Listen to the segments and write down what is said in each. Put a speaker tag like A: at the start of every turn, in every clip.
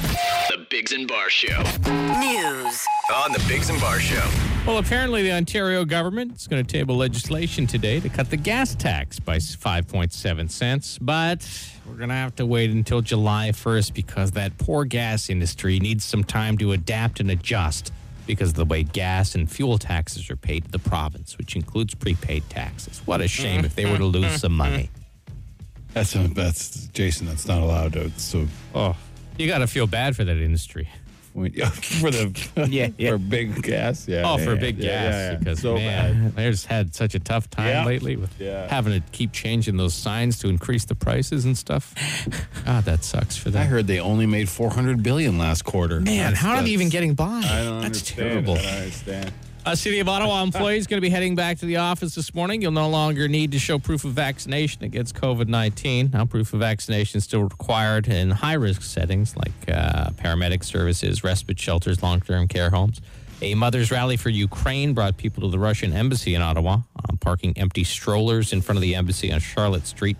A: the Biggs and Bar Show.
B: News.
A: On the Biggs and Bar Show.
C: Well, apparently the Ontario government is going to table legislation today to cut the gas tax by 5.7 cents, but we're going to have to wait until July 1st because that poor gas industry needs some time to adapt and adjust because of the way gas and fuel taxes are paid to the province, which includes prepaid taxes. What a shame if they were to lose some money.
D: That's not, that's Jason. That's not allowed. To, so
C: Oh, you got to feel bad for that industry.
D: for the
C: Yeah, yeah.
D: for big gas. Yeah.
C: Oh, for
D: yeah,
C: big
D: yeah,
C: gas
D: yeah, yeah.
C: because
D: so
C: man, they've had such a tough time
D: Yeah.
C: lately with
D: Yeah.
C: having to keep changing those signs to increase the prices and stuff. God, that sucks for them.
D: bad. I heard they only made 400 billion last quarter.
C: man,
D: That's-
C: how are they
D: that's-
C: even getting by?
D: I don't
C: That's
D: understand
C: terrible.
D: it. I don't understand.
C: A Uh, city of Ottawa employee is going to be heading back to the office this morning. You'll no longer need to show proof of vaccination against COVID 19. Now, proof of vaccination is still required in high risk settings like uh, paramedic services, respite shelters, long term care homes. A mother's rally for Ukraine brought people to the Russian embassy in Ottawa, uh, parking empty strollers in front of the embassy on Charlotte Street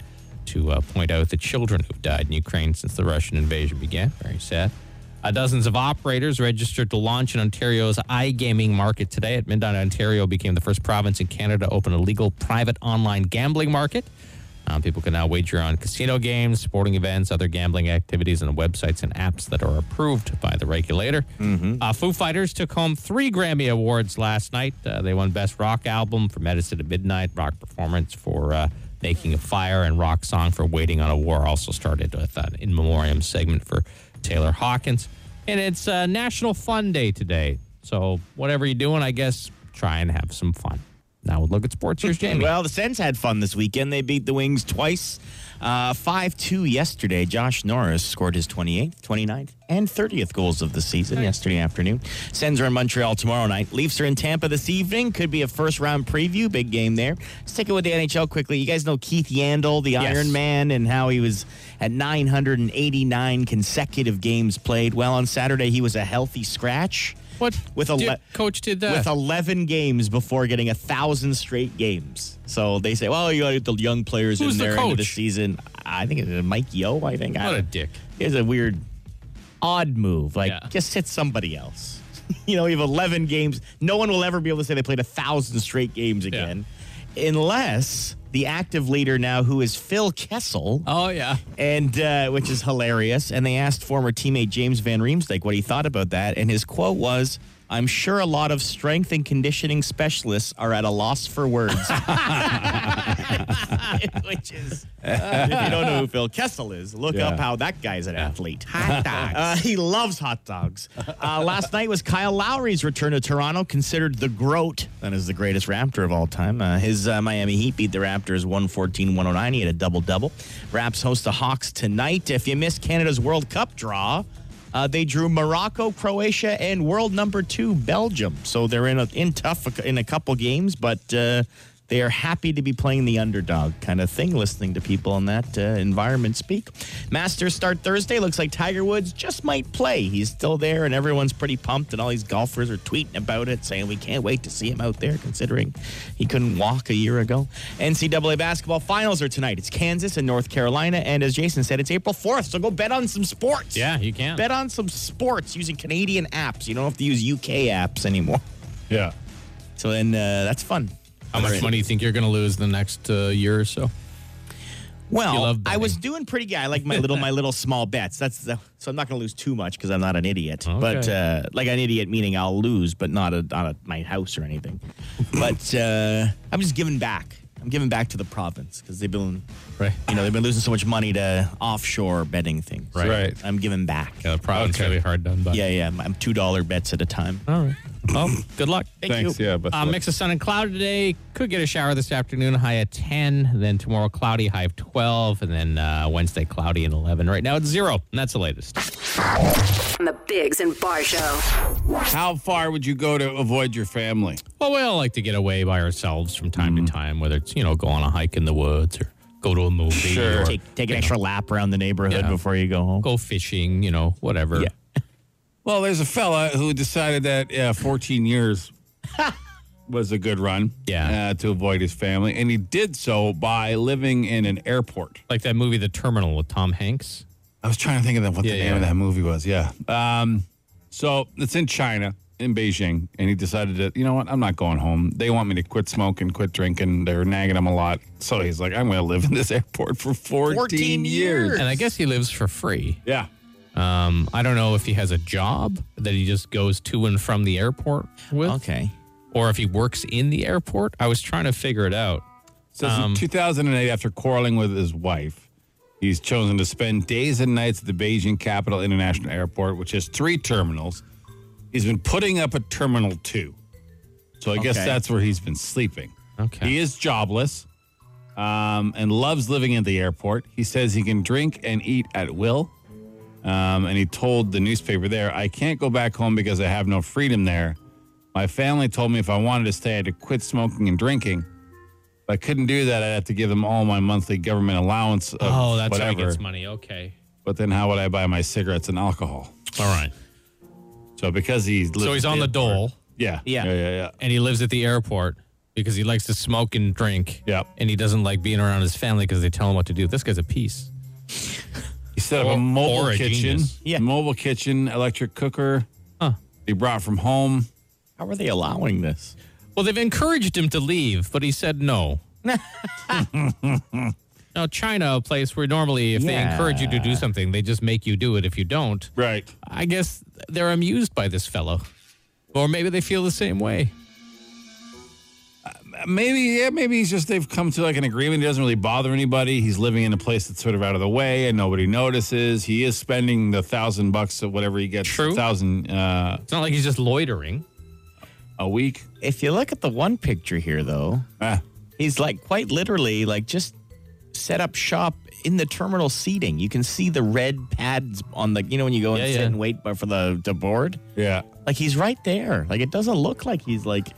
C: to uh, point out the children who've died in Ukraine since the Russian invasion began. Very sad. Uh, dozens of operators registered to launch in Ontario's iGaming market today. At midnight, Ontario became the first province in Canada to open a legal private online gambling market. Um, people can now wager on casino games, sporting events, other gambling activities, and websites and apps that are approved by the regulator. Uh, Foo Fighters took home three Grammy Awards last night. Uh, they won Best Rock Album for Medicine at Midnight, Rock Performance for uh, Making a Fire, and Rock Song for Waiting on a War. Also started with an in memoriam segment for Taylor Hawkins. And it's uh, National Fun Day today. So whatever you're doing, I guess try and have some fun. Now we'll look at sports. Here's Jamie.
E: Well, the Sens had fun this weekend. They beat the Wings twice. 5 2 yesterday. Josh Norris scored his 28th, 29th, and 30th goals of the season yesterday afternoon. Sens are in Montreal tomorrow night. Leafs are in Tampa this evening. Could be a first round preview. Big game there. Let's take it with the NHL quickly. You guys know Keith Yandel, the
C: Yes.
E: Iron Man, and how he was at 989 consecutive games played. Well, on Saturday, he was a healthy scratch.
C: what
E: with a
C: did-
E: le-
C: coach did that?
E: with 11 games before getting a thousand straight games. So they say, well, you got to get the young players
C: Who's
E: in
C: the
E: there into the
C: coach?
E: season. I think it's Mike Yo. I think
C: what
E: I,
C: a dick.
E: It's a weird, odd move. Like
C: Yeah.
E: just hit somebody else. you know, you have 11 games. No one will ever be able to say they played a thousand straight games again, unless the active leader now, who is Phil Kessel
C: Oh yeah.
E: and uh, which is hilarious. And they asked former teammate James Van Riemsdyk what he thought about that, and his quote was, "I'm sure a lot of strength and conditioning specialists are at a loss for words." which is, uh, if you don't know who Phil Kessel is, look
D: Yeah.
E: up how that guy's an athlete. Hot dogs. Uh, he loves hot dogs. Uh, last night was Kyle Lowry's return to Toronto, considered the GROAT. That is the greatest Raptor of all time. Uh, his uh, Miami Heat beat the Raptors 114 109. He had a double double. Raps host the Hawks tonight. If you missed Canada's World Cup draw, uh, they drew Morocco, Croatia, and world number two Belgium. So they're in a, in tough in a couple games, but uh, they are happy to be playing the underdog kind of thing. Listening to people in that uh, environment speak. Masters start Thursday. Looks like Tiger Woods just might play. He's still there, and everyone's pretty pumped. And all these golfers are tweeting about it, saying we can't wait to see him out there, considering he couldn't walk a year ago. NCAA basketball finals are tonight. It's Kansas and North Carolina, and as Jason said, it's April fourth. So go bet on some sports.
C: Yeah, you can.
E: Bet on some sports using Canadian apps. You don't have to use UK apps anymore.
D: Yeah.
E: So then uh, that's fun.
C: How much money you think you're going to lose in the next uh, year or so? You
E: Well,
C: love
E: I was
C: betting.
E: doing pretty good. I like my little my little small bets. That's the, so I'm not going to lose too much because I'm not an idiot. But
C: Okay.
E: uh, like an idiot meaning I'll lose, but not a, not at my house or anything. but uh, I'm just giving back. I'm giving back to the province because they've been
C: Right.
E: you know they've been losing so much money to offshore betting things.
C: Right.
D: Right.
E: I'm giving back.
C: Yeah, the province
D: Okay.
C: really hard done by.
E: Yeah, yeah. I'm two dollar bets at a time.
C: All right. Well, good luck.
D: Thanks. Yeah. But
C: Uh, mix of sun and cloud today. Could get a shower this afternoon, high at 10. Then tomorrow, cloudy, high of 12. And then uh, Wednesday, cloudy and 11. Right now, it's zero. And that's the latest.
B: On the Bigs and Bar Show.
D: how far would you go to avoid your family?
C: Well, we all like to get away by ourselves from time to time, whether it's, you know, go on a hike in the woods or go to a movie or
E: Take take an extra lap around the neighborhood
C: Yeah.
E: before you go home.
C: go fishing, you know, whatever.
E: Yeah.
D: Well, there's a fella who decided that yeah, 14 years was a good run.
C: Yeah.
D: Uh, to avoid his family, and he did so by living in an airport.
C: Like that movie, The Terminal with Tom Hanks.
D: I was trying to think of that, what the
C: Yeah,
D: name of
C: yeah.
D: that movie was. Yeah. Um, so it's in China, in Beijing, and he decided that, you know what, I'm not going home. They want me to quit smoking, quit drinking. They're nagging him a lot. So he's like, I'm going to live in this airport for 14,
E: 14
D: years.
E: years.
C: And I guess he lives for free.
D: Yeah.
C: Um, I don't know if he has a job that he just goes to and from the airport with,
E: Okay.
C: or if he works in the airport. I was trying to figure it out.
D: Says in 2008, after quarreling with his wife, he's chosen to spend days and nights at the Beijing Capital International Airport, which has three terminals. He's been putting up a terminal two. So I guess
E: Okay.
D: that's where he's been sleeping.
C: Okay.
D: He is jobless um, and loves living at the airport. He says he can drink and eat at will. Um, and he told the newspaper there, I can't go back home because I have no freedom there. My family told me if I wanted to stay, I had to quit smoking and drinking. If I couldn't do that, I'd have to give them all my monthly government allowance. Of
C: Oh, that's how he
D: whatever.
C: gets money. Okay.
D: But then how would I buy my cigarettes and alcohol?
C: All right.
D: So because he's
C: So he's on the dole
D: Yeah.
E: Yeah.
D: Yeah. Yeah. yeah.
C: and he lives at the airport because he likes to smoke and drink.
D: Yep.
C: And he doesn't like being around his family because they tell him what to do. This guy's a piece.
D: He set up
C: Or-
D: a mobile
C: or a
D: kitchen.
C: genius.
E: Yeah.
D: Mobile kitchen, electric cooker. He brought from home.
E: How are they allowing this?
C: Well, they've encouraged him to leave, but he said no. now, China, a place where normally if they encourage you to do something, they just make you do it. If you don't,
D: Right.
C: I guess they're amused by this fellow. Or maybe they feel the same way.
D: Uh, Maybe, yeah, maybe he's just they've come to like an agreement. He doesn't really bother anybody. He's living in a place that's sort of out of the way and nobody notices. He is spending the thousand bucks of whatever he gets,
C: True.
D: thousand uh,
C: It's not like he's just loitering.
D: a week.
E: If you look at the one picture here, though,
D: Ah,
E: he's like quite literally like just set up shop in the terminal seating. You can see the red pads on the, you know, when you go and
C: Yeah,
E: sit
C: yeah.
E: and wait for the, the board.
D: yeah.
E: Like he's right there. Like it doesn't look like he's like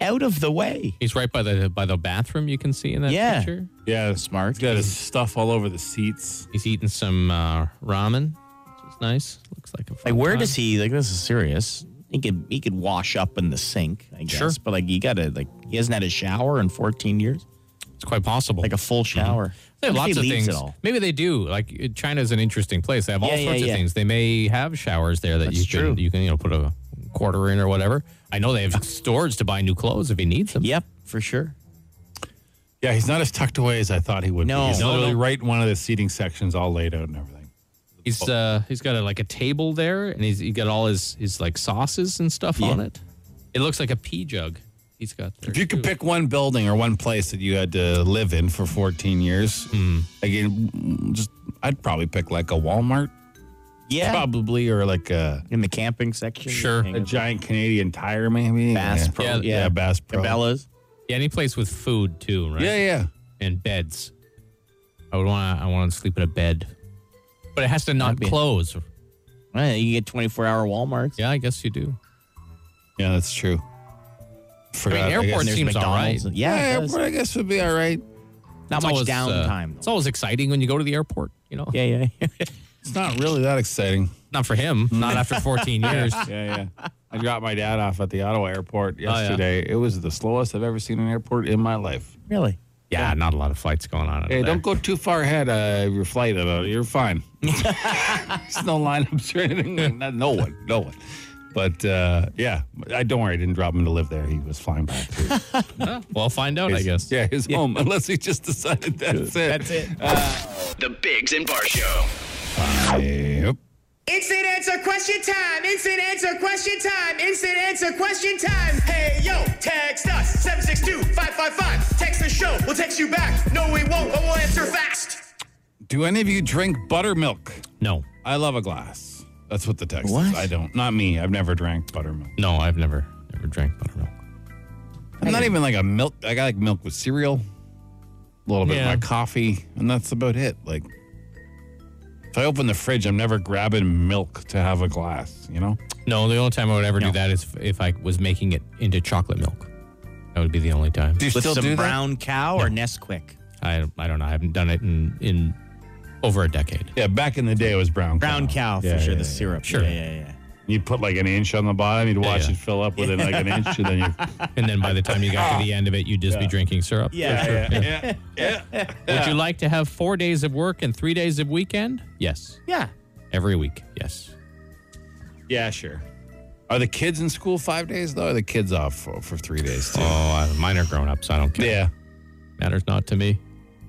E: out of the way.
C: He's right by the by the bathroom. You can see in that
E: Yeah.
C: picture.
D: Yeah.
E: Smart.
D: He's got his stuff all over the seats.
C: He's eating some uh, ramen, which is nice. Looks like a
E: Like
C: fun
E: where
C: time.
E: does he like this is serious. He could he could wash up in the sink, I guess.
C: Sure.
E: But like you gotta like he hasn't had a shower in fourteen years.
C: It's quite possible.
E: Like a full shower.
C: Mm-hmm. They have
E: What if he
C: lots of
E: leaves
C: things.
E: It all?
C: Maybe they do. Like China is an interesting place. They have all
E: Yeah, yeah,
C: sorts
E: yeah.
C: of things. They may have showers there that
E: That's
C: you
E: true.
C: can you can you know put a quarter in or whatever. I know they have stores to buy new clothes if he needs them.
E: Yep, for sure.
D: Yeah, he's not as tucked away as I thought he would
E: No.
D: be. He's
E: No,
D: literally
C: no.
D: right in one of the seating sections all laid out and everything.
C: He's uh he's got a, like a table there and he's he got all his his like sauces and stuff on it. It looks like a pea jug. He's got there.
D: If you could
C: too.
D: pick one building or one place that you had to live in for 14 years, again, mm, just I'd probably pick like a Walmart,
E: Yeah.
D: probably, or like a,
E: In the camping section.
C: Sure.
E: Hang
D: a
E: up.
D: giant Canadian Tire, maybe
E: Bass
D: yeah.
E: Pro.
C: Yeah,
E: Yeah,
D: yeah, Bass Pro.
E: Cabela's.
C: yeah, any place with food too, right?
D: Yeah, yeah.
C: And beds. I would want I want to sleep in a bed. But it has to not
E: That'd be-
C: close.
E: Well, you get twenty four hour Walmarts.
C: Yeah, I guess you do.
D: Yeah, that's true. Forgot,
C: I mean,
D: guess.
C: airports-
E: There's
C: Seems all
E: McDonald's.
C: right.
E: Yeah,
D: Yeah,
E: it does.
D: airport, I guess would be all right.
E: not
C: It's
E: much
C: always, uh,
E: downtime.
C: it's
E: though.
C: always exciting when you go to the airport, you know?
E: yeah, yeah.
D: It's not really that exciting.
C: Not for him, not after 14 years.
D: Yeah, yeah. I dropped my dad off at the Ottawa
E: Oh,
D: airport
C: yeah.
D: yesterday. It was the slowest I've ever seen an airport in my life.
E: really.
C: Yeah, not a lot of flights going on.
D: Hey, don't go too far ahead of your flight. About it. You're fine. There's no lineups or anything. No no one, no one. But uh, yeah, I don't worry. I didn't drop him to live there. He was flying back. To his,
C: go. Well, find out, I guess.
D: Yeah, his home. Unless he just decided that's it.
E: That's it.
A: The Bigs and Bar Show.
D: Uh, Yep.
F: Instant answer question time. Instant answer question time. Instant answer question time. Hey yo, text us 762-555. Text the show. We'll text you back. No, we won't, but we'll answer fast.
D: Do any of you drink buttermilk?
C: No,
D: I love a glass. That's what the text
E: What?
D: is. I don't. Not me. I've never drank buttermilk.
C: no, I've never, never drank buttermilk.
D: I'm not even like a milk. I got like milk with cereal, a little bit
C: Yeah.
D: of my coffee, and that's about it. Like, if I open the fridge, I'm never grabbing milk to have a glass. You know,
C: No, the only time I would ever
D: No.
C: do that is if- if I was making it into chocolate milk. That would be the only time.
D: do you
E: With
D: still
E: some
D: do
E: brown cow or Nesquik?
C: I, I don't know. I haven't done it in, in over a decade.
D: that? Yeah, back in the day, it was brown.
E: Brown cow for
D: Yeah,
E: sure.
D: yeah,
E: the
D: yeah.
E: syrup.
C: Sure.
E: Yeah, yeah, yeah.
D: You'd put like an inch on the bottom. You'd watch
C: yeah.
D: it fill up within like an inch, and then you.
C: And then by the time you got to the end of it, you'd just be drinking syrup.
E: Yeah,
D: Yeah, yeah, yeah.
C: Would you like to have four days of work and three days of weekend? Yes.
E: yeah.
C: Every week. Yes.
D: Yeah, sure. Are the kids in school five days though? Or are the kids off for, for three days too?
C: Oh, I- mine are grown ups. I don't care.
D: Yeah.
C: Matters not to me.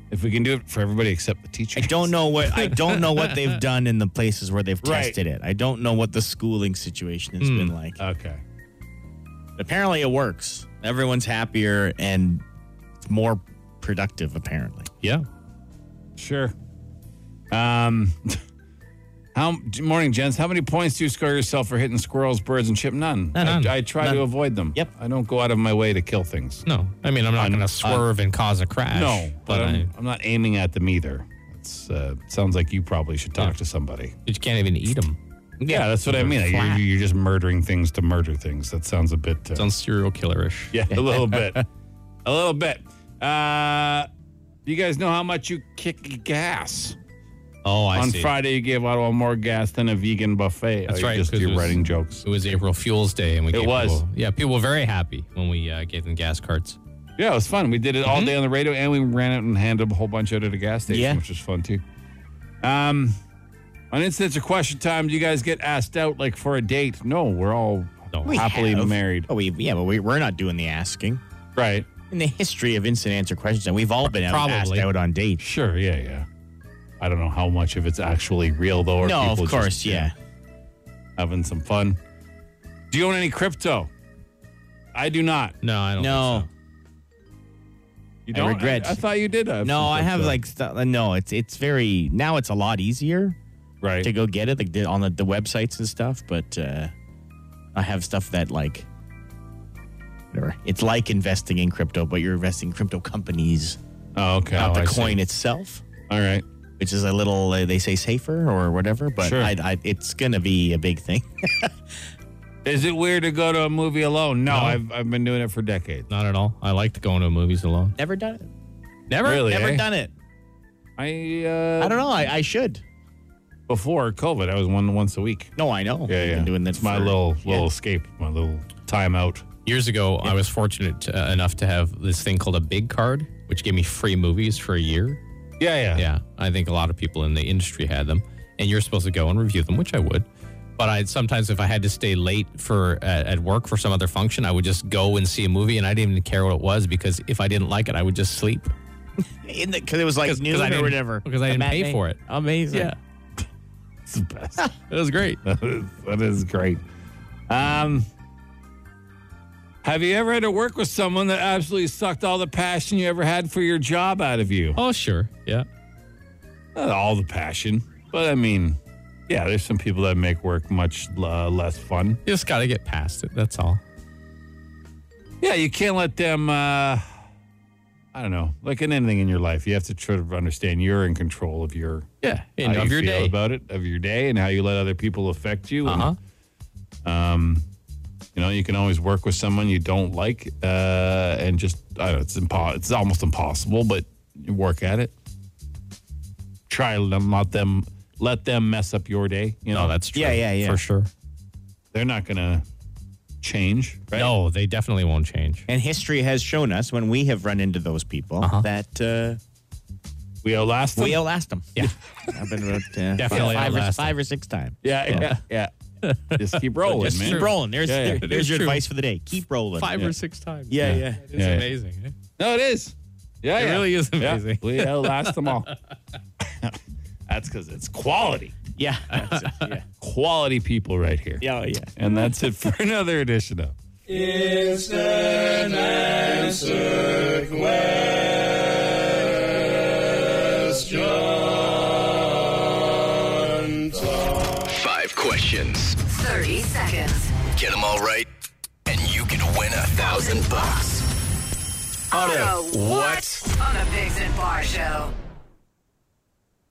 D: If we can do it for everybody except the teacher.
E: I don't know what I don't know what they've done in the places where they've
D: Right. Hmm.
E: tested it. I don't know what the schooling situation has been like.
D: Okay.
E: apparently, it works. Everyone's happier and it's more productive. Apparently,
C: Yeah.
D: Sure. Um, how morning, gents? How many points do you score yourself for hitting squirrels, birds, and chip? None.
C: none.
D: I, I try to avoid them.
E: Yep.
D: I don't go out of my way to kill things.
C: No. I mean, I'm not going to swerve and cause a crash.
D: No,
C: But
D: but
C: I,
D: I'm, I'm not aiming at them either. It's uh, sounds like you probably should talk to somebody.
C: you can't even eat them.
D: Yeah, that's what I mean. Like, You're,
C: flat.
D: you're just murdering things to murder things. That sounds a bit. Uh,
C: Sounds serial killerish.
D: yeah, a little bit, a little bit. Uh, you guys know how much you kick gas.
C: Oh, I
D: on
C: see.
D: Friday, you gave Ottawa more gas than a vegan buffet.
C: That's
D: Oh, you're
C: right,
D: Just
C: 'cause
D: you're
C: it was-
D: writing jokes.
C: It was April Fool's Day, and we
D: It
C: gave
D: was.
C: people- yeah, people were very happy when we uh, gave them gas carts.
D: Yeah, it was fun. We did it
C: Mm-hmm.
D: all day on the radio, and we ran out and handed a whole bunch out at a gas station,
E: Yeah.
D: which was fun too. Um, on instance of question time, do you guys get asked out like for a date? No, we're all
C: No. We
D: happily
E: have.
D: married,
E: Oh, we yeah, but we, we're not doing the asking.
D: right?
E: In the history of instant answer questions, and we've all been out, asked
C: Probably.
E: out on dates.
D: Sure, yeah, yeah. I don't know how much of it's actually real though. Or
E: No, of
D: people just,
E: course,
D: you know,
E: yeah.
D: having some fun. Do you own any crypto? I do not.
C: No, I don't.
E: No,
D: You
E: I
D: don't?
E: regret-
D: I, thought you did.
E: no,
D: some
E: I have
D: crypto.
E: like stu- no. It's it's very now. It's a lot easier
D: right.
E: to go get it like the, on the, the websites and stuff but uh, i have stuff that like whatever it's like investing in crypto but you're investing in crypto companies
D: Oh, okay.
E: not
D: Oh,
E: the
D: I see.
E: coin itself
D: All right.
E: which is a little uh, they say safer or whatever but
D: Sure.
E: I, I, it's gonna be a big thing
D: Is it weird to go to a movie alone? No, I've, I've been doing it for decades.
C: So. Not at all. I like to go into movies alone.
E: never done it
C: Never.
D: Really?
E: never
D: eh?
E: done it
D: I uh,
E: i don't know i, I should
D: before COVID, I was one once a week.
E: no i know
D: Yeah,
E: I've
D: yeah.
E: been doing this
D: it's my
E: for-
D: little
E: yeah.
D: little escape, my little time out.
C: Years ago, I was fortunate uh, enough to have this thing called a big card, which gave me free movies for a year.
D: Yeah, yeah,
C: Yeah, I think a lot of people in the industry had them, and you're supposed to go and review them, which I would. But I sometimes, if I had to stay late for at, at work for some other function, I would just go and see a movie, and I didn't even care what it was because if I didn't like it, I would just sleep.
E: in the because it was like
C: 'Cause- 'cause
E: noon
C: I
E: or
C: didn't-
E: whatever
C: because I
E: The
C: didn't pay
E: matinee.
C: for it.
E: amazing
D: It's the best.
C: it was great.
D: that, is, that is great. Um, have you ever had to work with someone that absolutely sucked all the passion you ever had for your job out of you?
C: Oh sure, yeah.
D: Not all the passion, but I mean, yeah, there's some people that make work much uh, less fun.
C: You just got to get past it. That's all.
D: Yeah, you can't let them. Uh, I don't know. Like in anything in your life, you have to try to understand you're in control of your
C: Yeah,
D: how
C: end of
D: you
C: your
D: feel
C: day.
D: about it, of your day, and how you let other people affect you.
C: Uh huh.
D: And, you know, you can always work with someone you don't like, uh, and just I don't know. It's impo- It's almost impossible, but you work at it. Try to let them let them mess up your day. You know,
C: No, that's true.
E: Yeah, yeah, yeah.
C: for sure.
D: they're not gonna change, right?
C: No, they definitely won't change.
E: And history has shown us when we have run into those people that uh,
D: we outlast them.
E: we outlast them. Yeah, I've been about, uh,
C: Definitely
E: five, or,
C: outlast
E: five or six times.
D: yeah, yeah, yeah. just keep rolling,
E: Just
D: man.
E: keep rolling. There's
D: Yeah, yeah.
E: there- there's
C: It's
E: your
C: true.
E: advice for the day. Keep rolling.
C: Five
E: yeah.
C: or six times.
E: Yeah, yeah.
C: It's
D: Yeah, yeah.
C: amazing. eh?
D: No, it is. Yeah,
C: It
D: yeah.
C: really is
D: Yeah.
C: amazing.
D: We outlast them all. that's because it's quality,
E: yeah, That's it. yeah,
D: quality people right here.
E: yeah, oh, yeah.
D: And that's it for another edition of.
A: Five questions.
B: 30 seconds.
A: Get them all right, and you can win a thousand bucks.
B: Auto what? On the Bigs and Bar Show.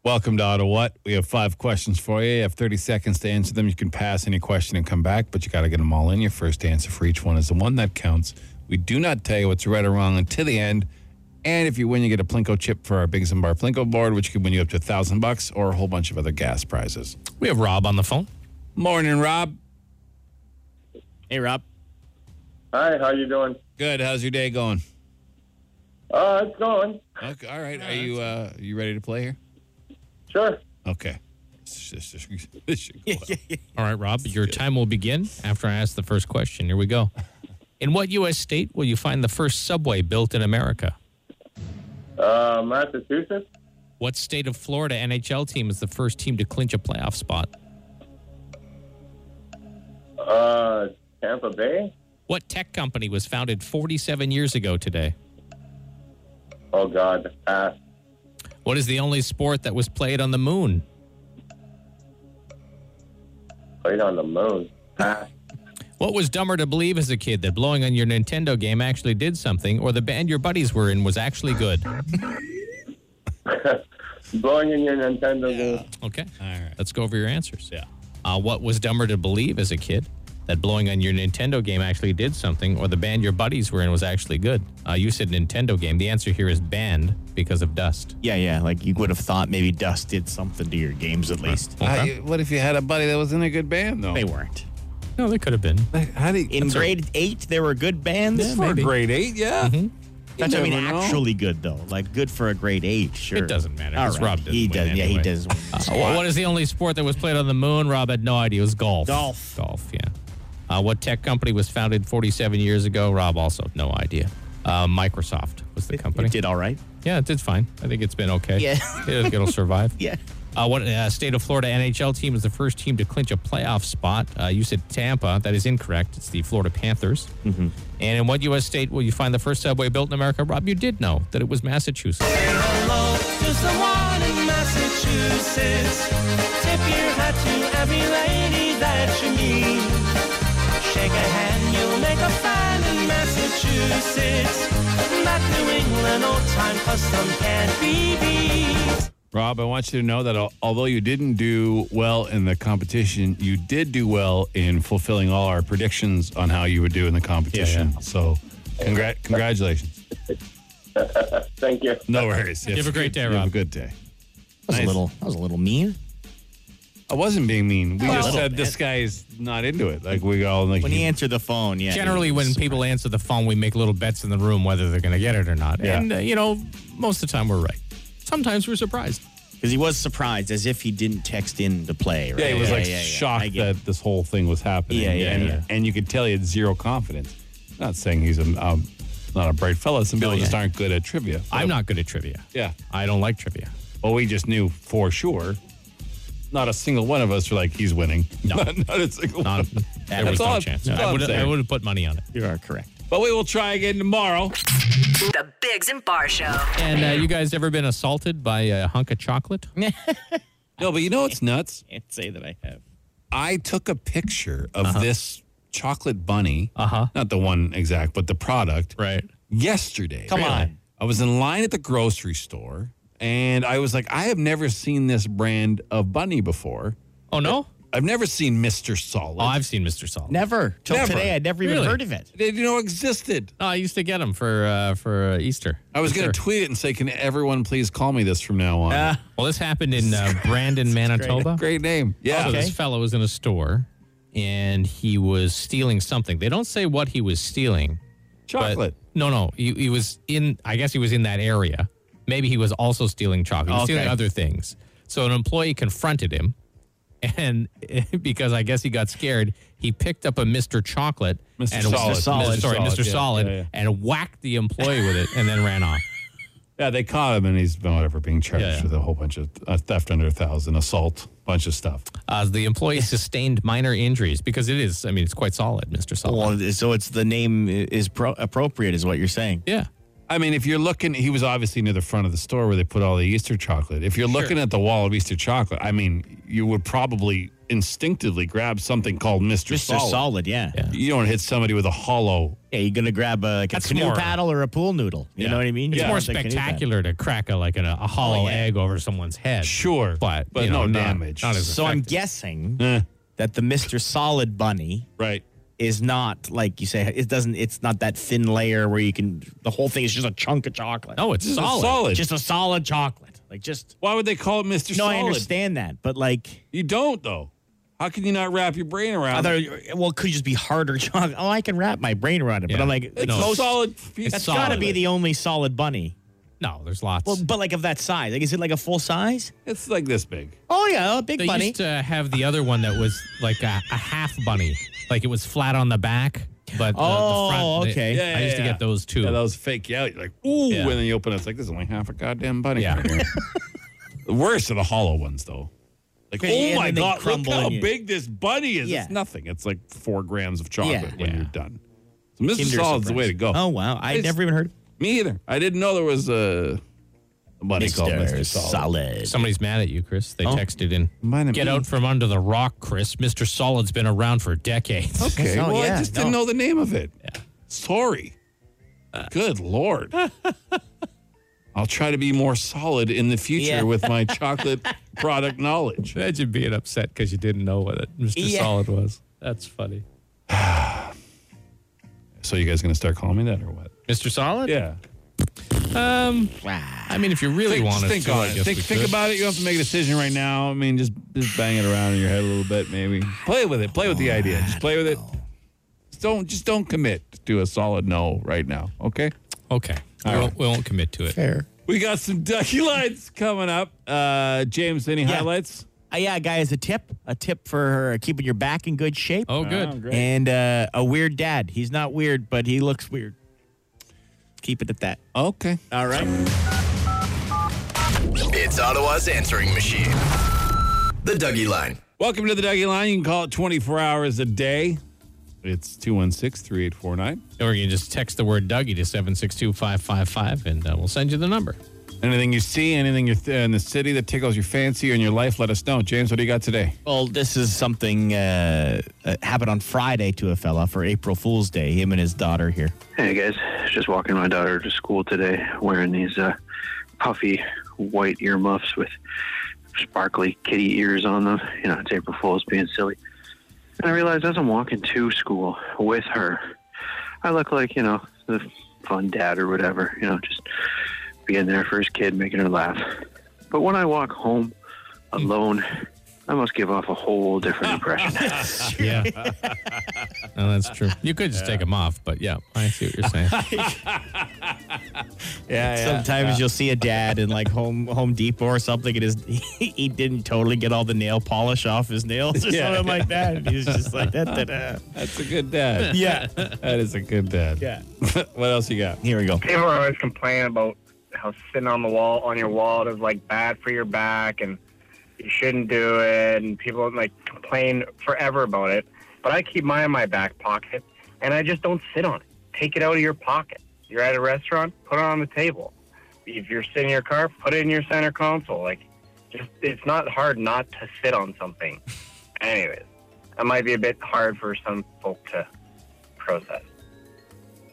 D: Welcome to Auto What. We have five questions for you. You have 30 seconds to answer them. You can pass any question and come back, but you got to get them all in. Your first answer for each one is the one that counts. We do not tell you what's right or wrong until the end. And if you win, you get a Plinko chip for our Big and Bar Plinko board, which can win you up to a thousand bucks or a whole bunch of other gas prizes.
C: We have Rob on the phone.
D: Morning, Rob.
E: Hey, Rob.
G: Hi, how you doing?
D: Good. How's your day going?
G: Uh, it's going.
D: Okay, all right. Are you uh, are you ready to play here?
G: Sure.
D: Okay. This is- this is- this should go well.
C: All right, Rob, your time will begin after I ask the first question. Here we go. In what U.S. state will you find the first subway built in America?
G: Uh, Massachusetts,
C: What state of Florida NHL team is the first team to clinch a playoff spot?
G: uh, Tampa Bay.
C: What tech company was founded 47 years ago today?
G: Oh God, pass.
C: What is the only sport that was played on the moon?
G: Played on the moon. Pass.
C: What was dumber to believe as a kid that blowing on your Nintendo game actually did something or the band your buddies were in was actually good?
G: Blowing in your Nintendo game.
C: Okay. All
D: right.
C: Let's go over your answers.
D: Yeah.
C: Uh, what was dumber to believe as a kid? That blowing on your Nintendo game actually did something, or the band your buddies were in was actually good. Uh, you said Nintendo game. The answer here is banned because of dust.
E: Yeah, yeah. Like you would have thought maybe Dust did something to your games at least.
D: How you- what if you had a buddy that was in a good band though?
E: They weren't.
C: No, there could have been.
D: How do you,
E: In grade eight, there were good bands.
D: for grade eight? Yeah.
E: That's what I mean,
D: never know.
E: actually good though. Like good for a grade eight. Sure,
C: doesn't matter,
E: All
C: 'cause Rob doesn't
E: he
C: win
E: does. Yeah, he
C: anyway.
E: does. win.
C: Uh, what is the only sport that was played on the moon? Rob had no idea. It was golf.
E: Golf.
C: Golf, yeah. Uh, what tech company was founded 47 years ago? Rob also no idea. Uh, Microsoft was the company.
E: It did all right.
C: Yeah, it did fine. I think it's been okay.
E: Yeah.
C: I think it'll survive.
E: Yeah.
C: Uh, what uh, state of Florida NHL team is the first team to clinch a playoff spot? Uh, you said Tampa. That is incorrect. It's the Florida Panthers. Mm-hmm. And in what U.S. state will you find the first subway built in America? Rob, you did know that it was Massachusetts.
D: Rob, I want you to know that al- although you didn't do well in the competition, you did do well in fulfilling all our predictions on how you would do in the competition. So, congrat- congratulations.
G: Thank you.
D: No worries. You
C: have a great day,
D: Have a
C: Rob.
D: good day.
E: That was
D: Nice.
E: a little. That was a little mean.
D: I wasn't being mean. We
E: Oh, A
D: just
E: little
D: said this guy's not into it. Like we all like
E: When he answered the phone, yeah.
C: Generally,
E: he was
C: when
E: surprised.
C: people answer the phone, we make little bets in the room whether they're going to get it or not.
D: Yeah.
C: And, uh, you know, most of the time we're right. Sometimes we're surprised.
E: Because he was surprised as if he didn't text in to play, right?
D: Yeah, he was like
E: yeah, yeah. I
D: shocked
E: get
D: that this whole thing was happening.
E: Yeah, yeah,
D: and,
E: yeah.
D: and you could tell he had zero confidence. Not saying he's a, um, not a bright fellow. Some people
E: yeah.
D: just aren't good at trivia.
C: I'm not good at trivia.
D: Yeah.
C: I don't like trivia.
D: Well, we just knew for sure. Not a single one of us were like, he's winning. No. not, not a single
C: Not,
D: one.
C: um, there
D: That's
C: was
D: all
C: no
D: I'm-
C: chance.
D: that's all
C: I
D: I'm
C: would I
D: saying.
C: would have put money on it.
E: You are correct.
D: But we will try again tomorrow.
B: The Bigs and Bar Show.
C: And uh, you guys ever been assaulted by a hunk of chocolate?
D: No, but you know what's nuts?
E: Can't say that I have.
D: I took a picture of this chocolate bunny. Uh huh. Not the one exact, but the product.
C: Right.
D: yesterday.
E: Come on.
D: I was in line at the grocery store and I was like, I have never seen this brand of bunny before.
C: Oh no!
D: I've never seen Mr. Solid.
C: Oh, I've seen Mr. Solid.
E: Never till
D: Never.
E: today. I'd never even
C: Really?
E: heard of it.
D: They didn't know existed.
C: No, I used to get them for uh, for uh, Easter.
D: I was
C: For
D: going to
C: sure.
D: tweet it and say, can everyone please call me this from now on?
C: well, this happened in uh, Brandon, Manitoba.
D: Great name. Yeah.
C: So this fellow was in a store, and he was stealing something. They don't say what he was stealing. but-
D: Chocolate.
C: no, no, he, he was in. I guess he was in that area. Maybe he was also stealing chocolate. He was stealing
D: Okay.
C: other things. So an employee confronted him, and because I guess he got scared, he picked up a Mr. Chocolate
D: Mr.
C: and
D: Solid.
C: Mr. sorry,
D: Mr. Solid,
C: Mr.
D: yeah,
C: Solid,
D: yeah, yeah.
C: and whacked the employee with it, and then ran off.
D: yeah, they caught him and he's been whatever, being charged
C: Yeah, yeah.
D: with a whole bunch of uh, theft under a thousand, assault, bunch of stuff.
C: Uh, the employee sustained minor injuries because it is. I mean, it's quite solid, Mr. Solid.
E: Well, so it's the name is pro- appropriate, is what you're saying.
C: yeah.
D: I mean, if you're looking, he was obviously near the front of the store where they put all the Easter chocolate. If you're looking at the wall of Easter chocolate, I mean, you would probably instinctively grab something called Mr.
E: Mr.
D: Solid.
E: Solid, yeah. yeah.
D: You don't hit somebody with a hollow.
E: you're gonna grab a, like a
C: That's
E: canoe
C: more-
E: paddle or a pool noodle. You
D: Yeah.
E: know what I mean?
D: It's
C: It's
E: You
D: Yeah,
C: more
E: want the canoe paddle.
C: spectacular to crack a like a, a hollow
E: yeah.
C: egg over someone's head.
D: Sure,
C: but
D: but
C: you know,
D: no
C: not-
D: damage.
C: Not as
E: So I'm
C: effective.
E: guessing
D: Eh,
E: that the Mr. Solid bunny
D: right.
E: is not like you say. It doesn't. It's not that thin layer where you can. The whole thing is just a chunk of chocolate.
C: No, it's
D: This is
C: solid.
D: Oh, solid.
E: just a solid chocolate. Like just.
D: Why would they call it Mr.
E: No,
D: Solid?
E: I understand that, but like
D: You don't, though. How can you not wrap your brain around?
E: I
D: it?
E: thought, well, it could just be harder, John. Oh, I can wrap my brain around it, but
C: Yeah.
E: I'm like,
D: It's
C: No.
D: a
E: most,
D: solid piece.
E: that's
C: It's
E: got to
C: solid.
E: be the only solid bunny.
C: No, there's lots.
E: Well, but like of that size, like is it like a full size?
D: It's like this big.
E: Oh yeah, a big
C: they
E: bunny.
C: used to have the other one that was like a, a half bunny, like it was flat on the back, but uh, the,
E: Oh,
C: the front. they-
E: okay.
C: I used to get those too.
D: Yeah, that was fake. Yeah, you're like ooh,
C: Yeah.
D: and then you open it, it's like there's only half a goddamn bunny.
C: Yeah.
D: right here. the worst are the hollow ones though. Like
E: Yeah,
D: oh
E: and
D: my
E: then they
D: god, look
E: crumble
D: how
E: and you-
D: big this bunny is.
E: Yeah.
D: It's nothing. It's like four grams of chocolate
E: Yeah.
D: when
C: Yeah.
D: you're done. So Mr.
E: Kinder
D: Solid's the way to go.
E: Oh wow, I
D: It's-
E: never even heard.
D: Me either. I didn't know there was a a bunny called Mr. Solid.
E: Solid.
C: Somebody's mad at you, Chris. They texted in.
D: Mine and
C: Get
D: me."
C: out from under the rock, Chris. Mr. Solid's been around for decades.
D: Okay.
E: Oh,
D: well,
E: yeah,
D: I just
E: no.
D: didn't know the name of it. Sorry. Good lord. I'll try to be more solid in the future
E: Yeah.
D: with my chocolate product knowledge.
C: Imagine being upset because you didn't know what Mr.
E: Yeah.
C: Solid was. That's funny.
D: So you guys gonna start calling me that or what?
C: Mr. Solid?
D: Yeah.
C: Um, I mean, if you really
D: Think,
C: want
D: just
C: us
D: think
C: to,
D: on
C: I
D: it.
C: guess
D: Think,
C: we
D: think
C: could.
D: about it. You don't have to make a decision right now. I mean, just just bang it around in your head a little bit, maybe. Play with it. Play with the idea. Just play with it. Just don't just don't commit to a solid no right now. Okay.
C: Okay. We
D: right.
C: won't, we won't commit to it.
E: Fair.
D: We got some ducky lights coming up. Uh James, any
E: Yeah.
D: highlights?
E: Uh, yeah, guy has a tip. A tip for uh, keeping your back in good shape.
C: Oh, good.
E: And uh, a weird dad. He's not weird, but he looks weird. Keep it at that.
D: Okay.
E: All right.
A: It's Ottawa's answering machine. The Dougie Line.
D: Welcome to the Dougie Line. You can call it 24 hours a day. It's 216 3849.
C: Or you can just text the word Dougie to 762-555 and uh, we'll send you the number.
D: Anything you see, anything you're th- in the city that tickles your fancy or in your life, let us know. James, what do you got today?
E: Well, this is something uh, uh, happened on Friday to a fella for April Fool's Day. Him and his daughter here.
H: Hey guys, just walking my daughter to school today wearing these uh, puffy white earmuffs with sparkly kitty ears on them. You know, it's April Fool's being silly. And I realized as I'm walking to school with her, I look like, you know, the fun dad or whatever, you know, just being there for his kid, making her laugh. But when I walk home alone, I must give off a whole different impression.
C: Yeah. no, that's true. You could just take them off, but yeah, I see what you're saying.
D: Yeah,
E: Sometimes you'll see a dad in like Home Home Depot or something, and his he didn't totally get all the nail polish off his nails or
D: Yeah.
E: something like that. And he's just like that.
D: That's a good dad.
E: Yeah,
D: that is a good dad.
E: yeah.
D: what else you got?
E: Here we go.
I: people are always complaining about how sitting on the wall on your wall is like bad for your back and you shouldn't do it and people like complain forever about it but i keep mine in my back pocket and i just don't sit on it take it out of your pocket you're at a restaurant put it on the table if you're sitting in your car put it in your center console like just it's not hard not to sit on something anyways that might be a bit hard for some folk to process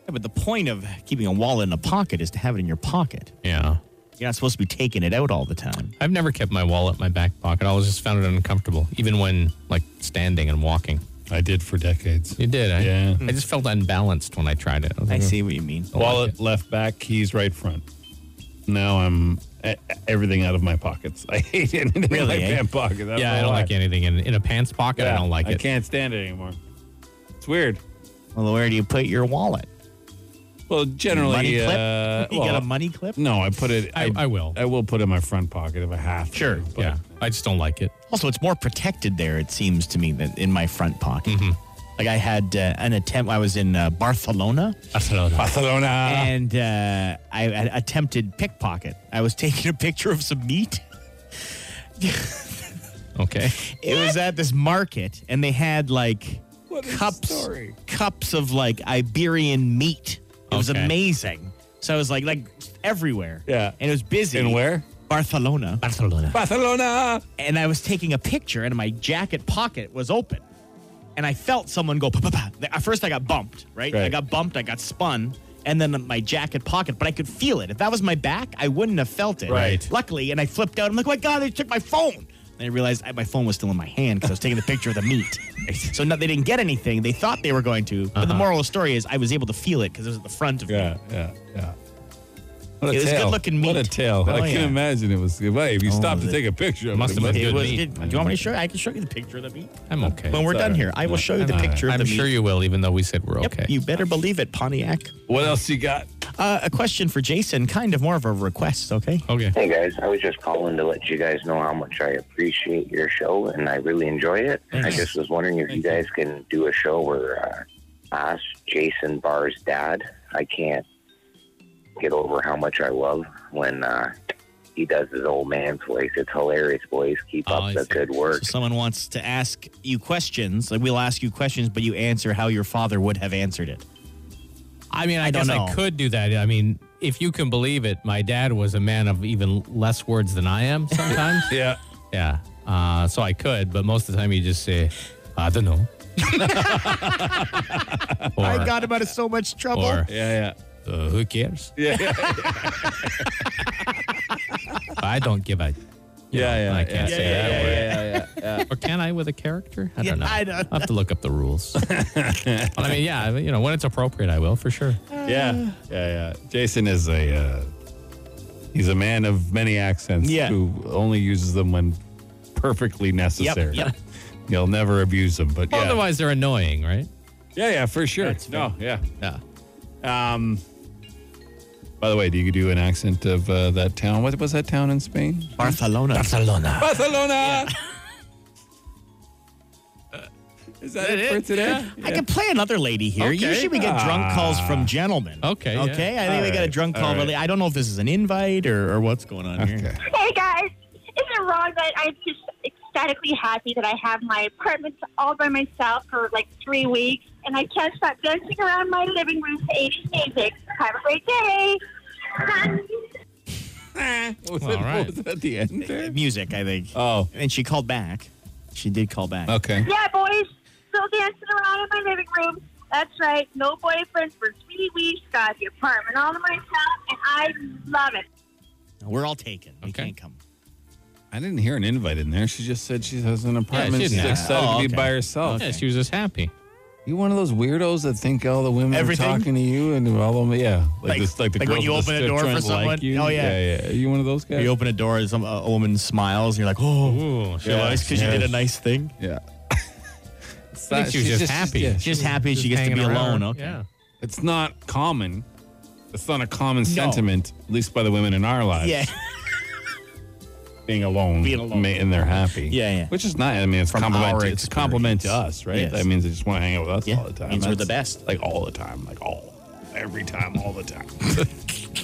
E: Yeah, but the point of keeping a wallet in a pocket is to have it in your pocket.
C: Yeah.
E: You're not supposed to be taking it out all the time.
C: I've never kept my wallet in my back pocket. I always just found it uncomfortable, even when like standing and walking.
D: I did for decades.
C: You did, I,
D: Yeah.
C: I just felt unbalanced when I tried it. was
E: I
D: Mm-hmm.
C: like,
E: see what you mean.
D: Wallet left back, keys right front. Now I'm e- everything out of my pockets. I hate it in my
E: Really, eh?
D: pant pocket.
C: "Oh." Yeah, I don't like anything in, in a pants pocket. I don't like
D: I
C: it.
D: can't stand it anymore. It's weird.
E: Well, where do you put your wallet?
D: Well, generally,
E: Money clip?
D: uh,
E: you
D: well,
E: got a money clip?
D: No, I put it.
C: I- I will.
D: I will put it in my front pocket if I have to.
E: Sure,
D: but-
C: Yeah, I just don't like it.
E: Also, it's more protected there, it seems to me, than in my front pocket.
D: Mm-hmm.
E: Like I had uh, an attempt, I was in uh, Barcelona
D: Barcelona.
E: and uh, I had attempted pickpocket. I was taking a picture of some meat.
C: Okay.
E: It was at this market and they had like cups, cups of like Iberian meat. It was
C: Okay.
E: amazing. So I was like, like everywhere.
D: Yeah.
E: And it was busy.
D: In where?
E: Barcelona. Barcelona.
D: Barcelona.
E: And I was taking a picture, and my jacket pocket was open. And I felt someone go, pa pa pa. At first, I got bumped, right? I
D: Right.
E: got bumped, I got spun, and then my jacket pocket, but I could feel it. If that was my back, I wouldn't have felt it.
D: Right.
E: Luckily, and I flipped out. I'm like, oh my God, they took my phone. And I realized I, my phone was still in my hand because I was taking the picture of the meat. So no, they didn't get anything. They thought they were going to. But the moral of the story is I was able to feel it because it was at the front of me.
D: Yeah, yeah, yeah. What a
E: It was
D: tail.
E: good-looking meat.
D: What a tail.
E: Oh,
D: I
E: yeah. Oh,
D: can imagine it was. Well, if you stopped to
E: the-
D: take a picture of
C: Must
D: it,
C: have
D: but-
C: been
E: It
C: good
E: was
C: meat.
E: good. Do you want me to show you? I can show you the picture of the meat. uh,
C: I'm okay.
E: When we're
D: It's
E: done
D: all
E: here,
D: right.
E: I will show you the
C: All right.
E: picture of
C: I'm
E: the
C: sure
E: meat.
C: you will, even though we said we're
E: Yep,
C: okay.
E: You better believe it, Pontiac.
D: What else you got?
E: Uh, a question for Jason, kind of more of a request, okay?
C: okay.
J: Hey guys, I was just calling to let you guys know how much I appreciate your show and I really enjoy it. I
E: Thanks.
J: just was wondering if you guys can do a show where uh, us, Jason Barr's dad, I can't get over how much I love when uh, he does his old man's voice. It's hilarious, boys. Keep
C: Oh,
J: up
C: I
J: the
C: see.
J: good work.
E: So someone wants to ask you questions, like we'll ask you questions, but you answer how your father would have answered it.
C: I mean, I,
E: I don't
C: guess
E: know.
C: I could do that. I mean, if you can believe it, my dad was a man of even less words than I am sometimes.
D: Yeah.
C: yeah. Uh, so I could, but most of the time you just say, I don't know. or,
E: him out of so much trouble.
C: or
D: Yeah,
C: uh, who cares?
D: yeah. Yeah,
C: I don't give a.
D: yeah, yeah.
C: I can't
D: yeah,
C: say
D: yeah,
C: that
D: yeah,
C: word.
D: yeah, yeah, yeah.
C: Or can I with a character? I
E: Yeah,
C: don't know.
E: I don't
C: will have to look up the rules. but I mean, yeah, you know, when it's appropriate, I will for sure.
D: Yeah, yeah, yeah. Jason is a uh, he's a man of many accents
E: Yeah.
D: who only uses them when perfectly necessary.
E: yep.
D: You'll never abuse them, but yeah,
C: Otherwise, they're annoying, right?
D: yeah, yeah, for sure.
C: That's
D: no, yeah.
C: Yeah.
D: Um, by the way, do you do an accent of uh, that town? What was that town in Spain?
E: Barcelona.
C: Barcelona.
D: Barcelona. Uh, Is that, it, for today?
E: I can play another lady here.
D: Okay.
E: Usually we get drunk calls from gentlemen.
C: Okay, yeah.
E: Ah. Okay. I think we got a
D: Alright,
E: drunk call.
D: alright.
E: Really, I don't know if this is an invite or, or what's going on here.
K: Hey guys, is it wrong that I'm just ecstatically happy that I have my apartment all by myself for like three weeks and I can't stop dancing around my living room to 80s music? Have a great day.
D: What
C: All
D: was, it, what
C: right.
D: was it at the end? there?
E: Music, I think.
D: Oh,
E: And she called back. She did call back.
D: okay.
K: Yeah, boys, still dancing around in my living room. That's right, no boyfriend for three weeks. Got the apartment all to myself, and I love it.
E: We're all taken. We
C: Okay.
E: can't come.
D: I didn't hear an invite in there. She just said she has an apartment.
C: didn't
D: She's
C: ask.
D: excited to
E: Oh, okay.
D: be by herself.
C: Yeah, she was just happy.
D: You one of those weirdos that think all the women
E: Everything?
D: are talking to you and all of them, yeah, like,
E: Like-
D: this, like the
E: like when
D: girls
E: you
D: at the strip
E: open a door
D: trying
E: for
D: to like
E: someone?
D: you.
E: Oh, yeah.
D: yeah, yeah. Are you one of those guys?
E: You open a door and some, a woman smiles and you're like, oh,
C: Ooh,
E: she likes because you did a nice thing.
D: yeah,
C: I think she was
D: She's
C: just, happy.
D: yeah,
E: She's happy she gets to
C: hanging
E: be
C: around.
E: alone. Okay.
C: Yeah.
D: it's not common. It's not a common sentiment, at least by the women in our lives.
E: Yeah.
D: being alone,
E: Being alone.
D: ma- and they're happy.
E: Yeah, yeah.
D: Which is nice. I mean, it's
E: From
D: compliment.
E: our
D: To, it's a compliment to
E: experience.
D: us, right?
E: Yes.
D: That means they just want to hang out with us
E: Yeah,
D: all the time.
E: means we're the
D: That's-
E: best.
D: like all the time, like all, every time, all the time.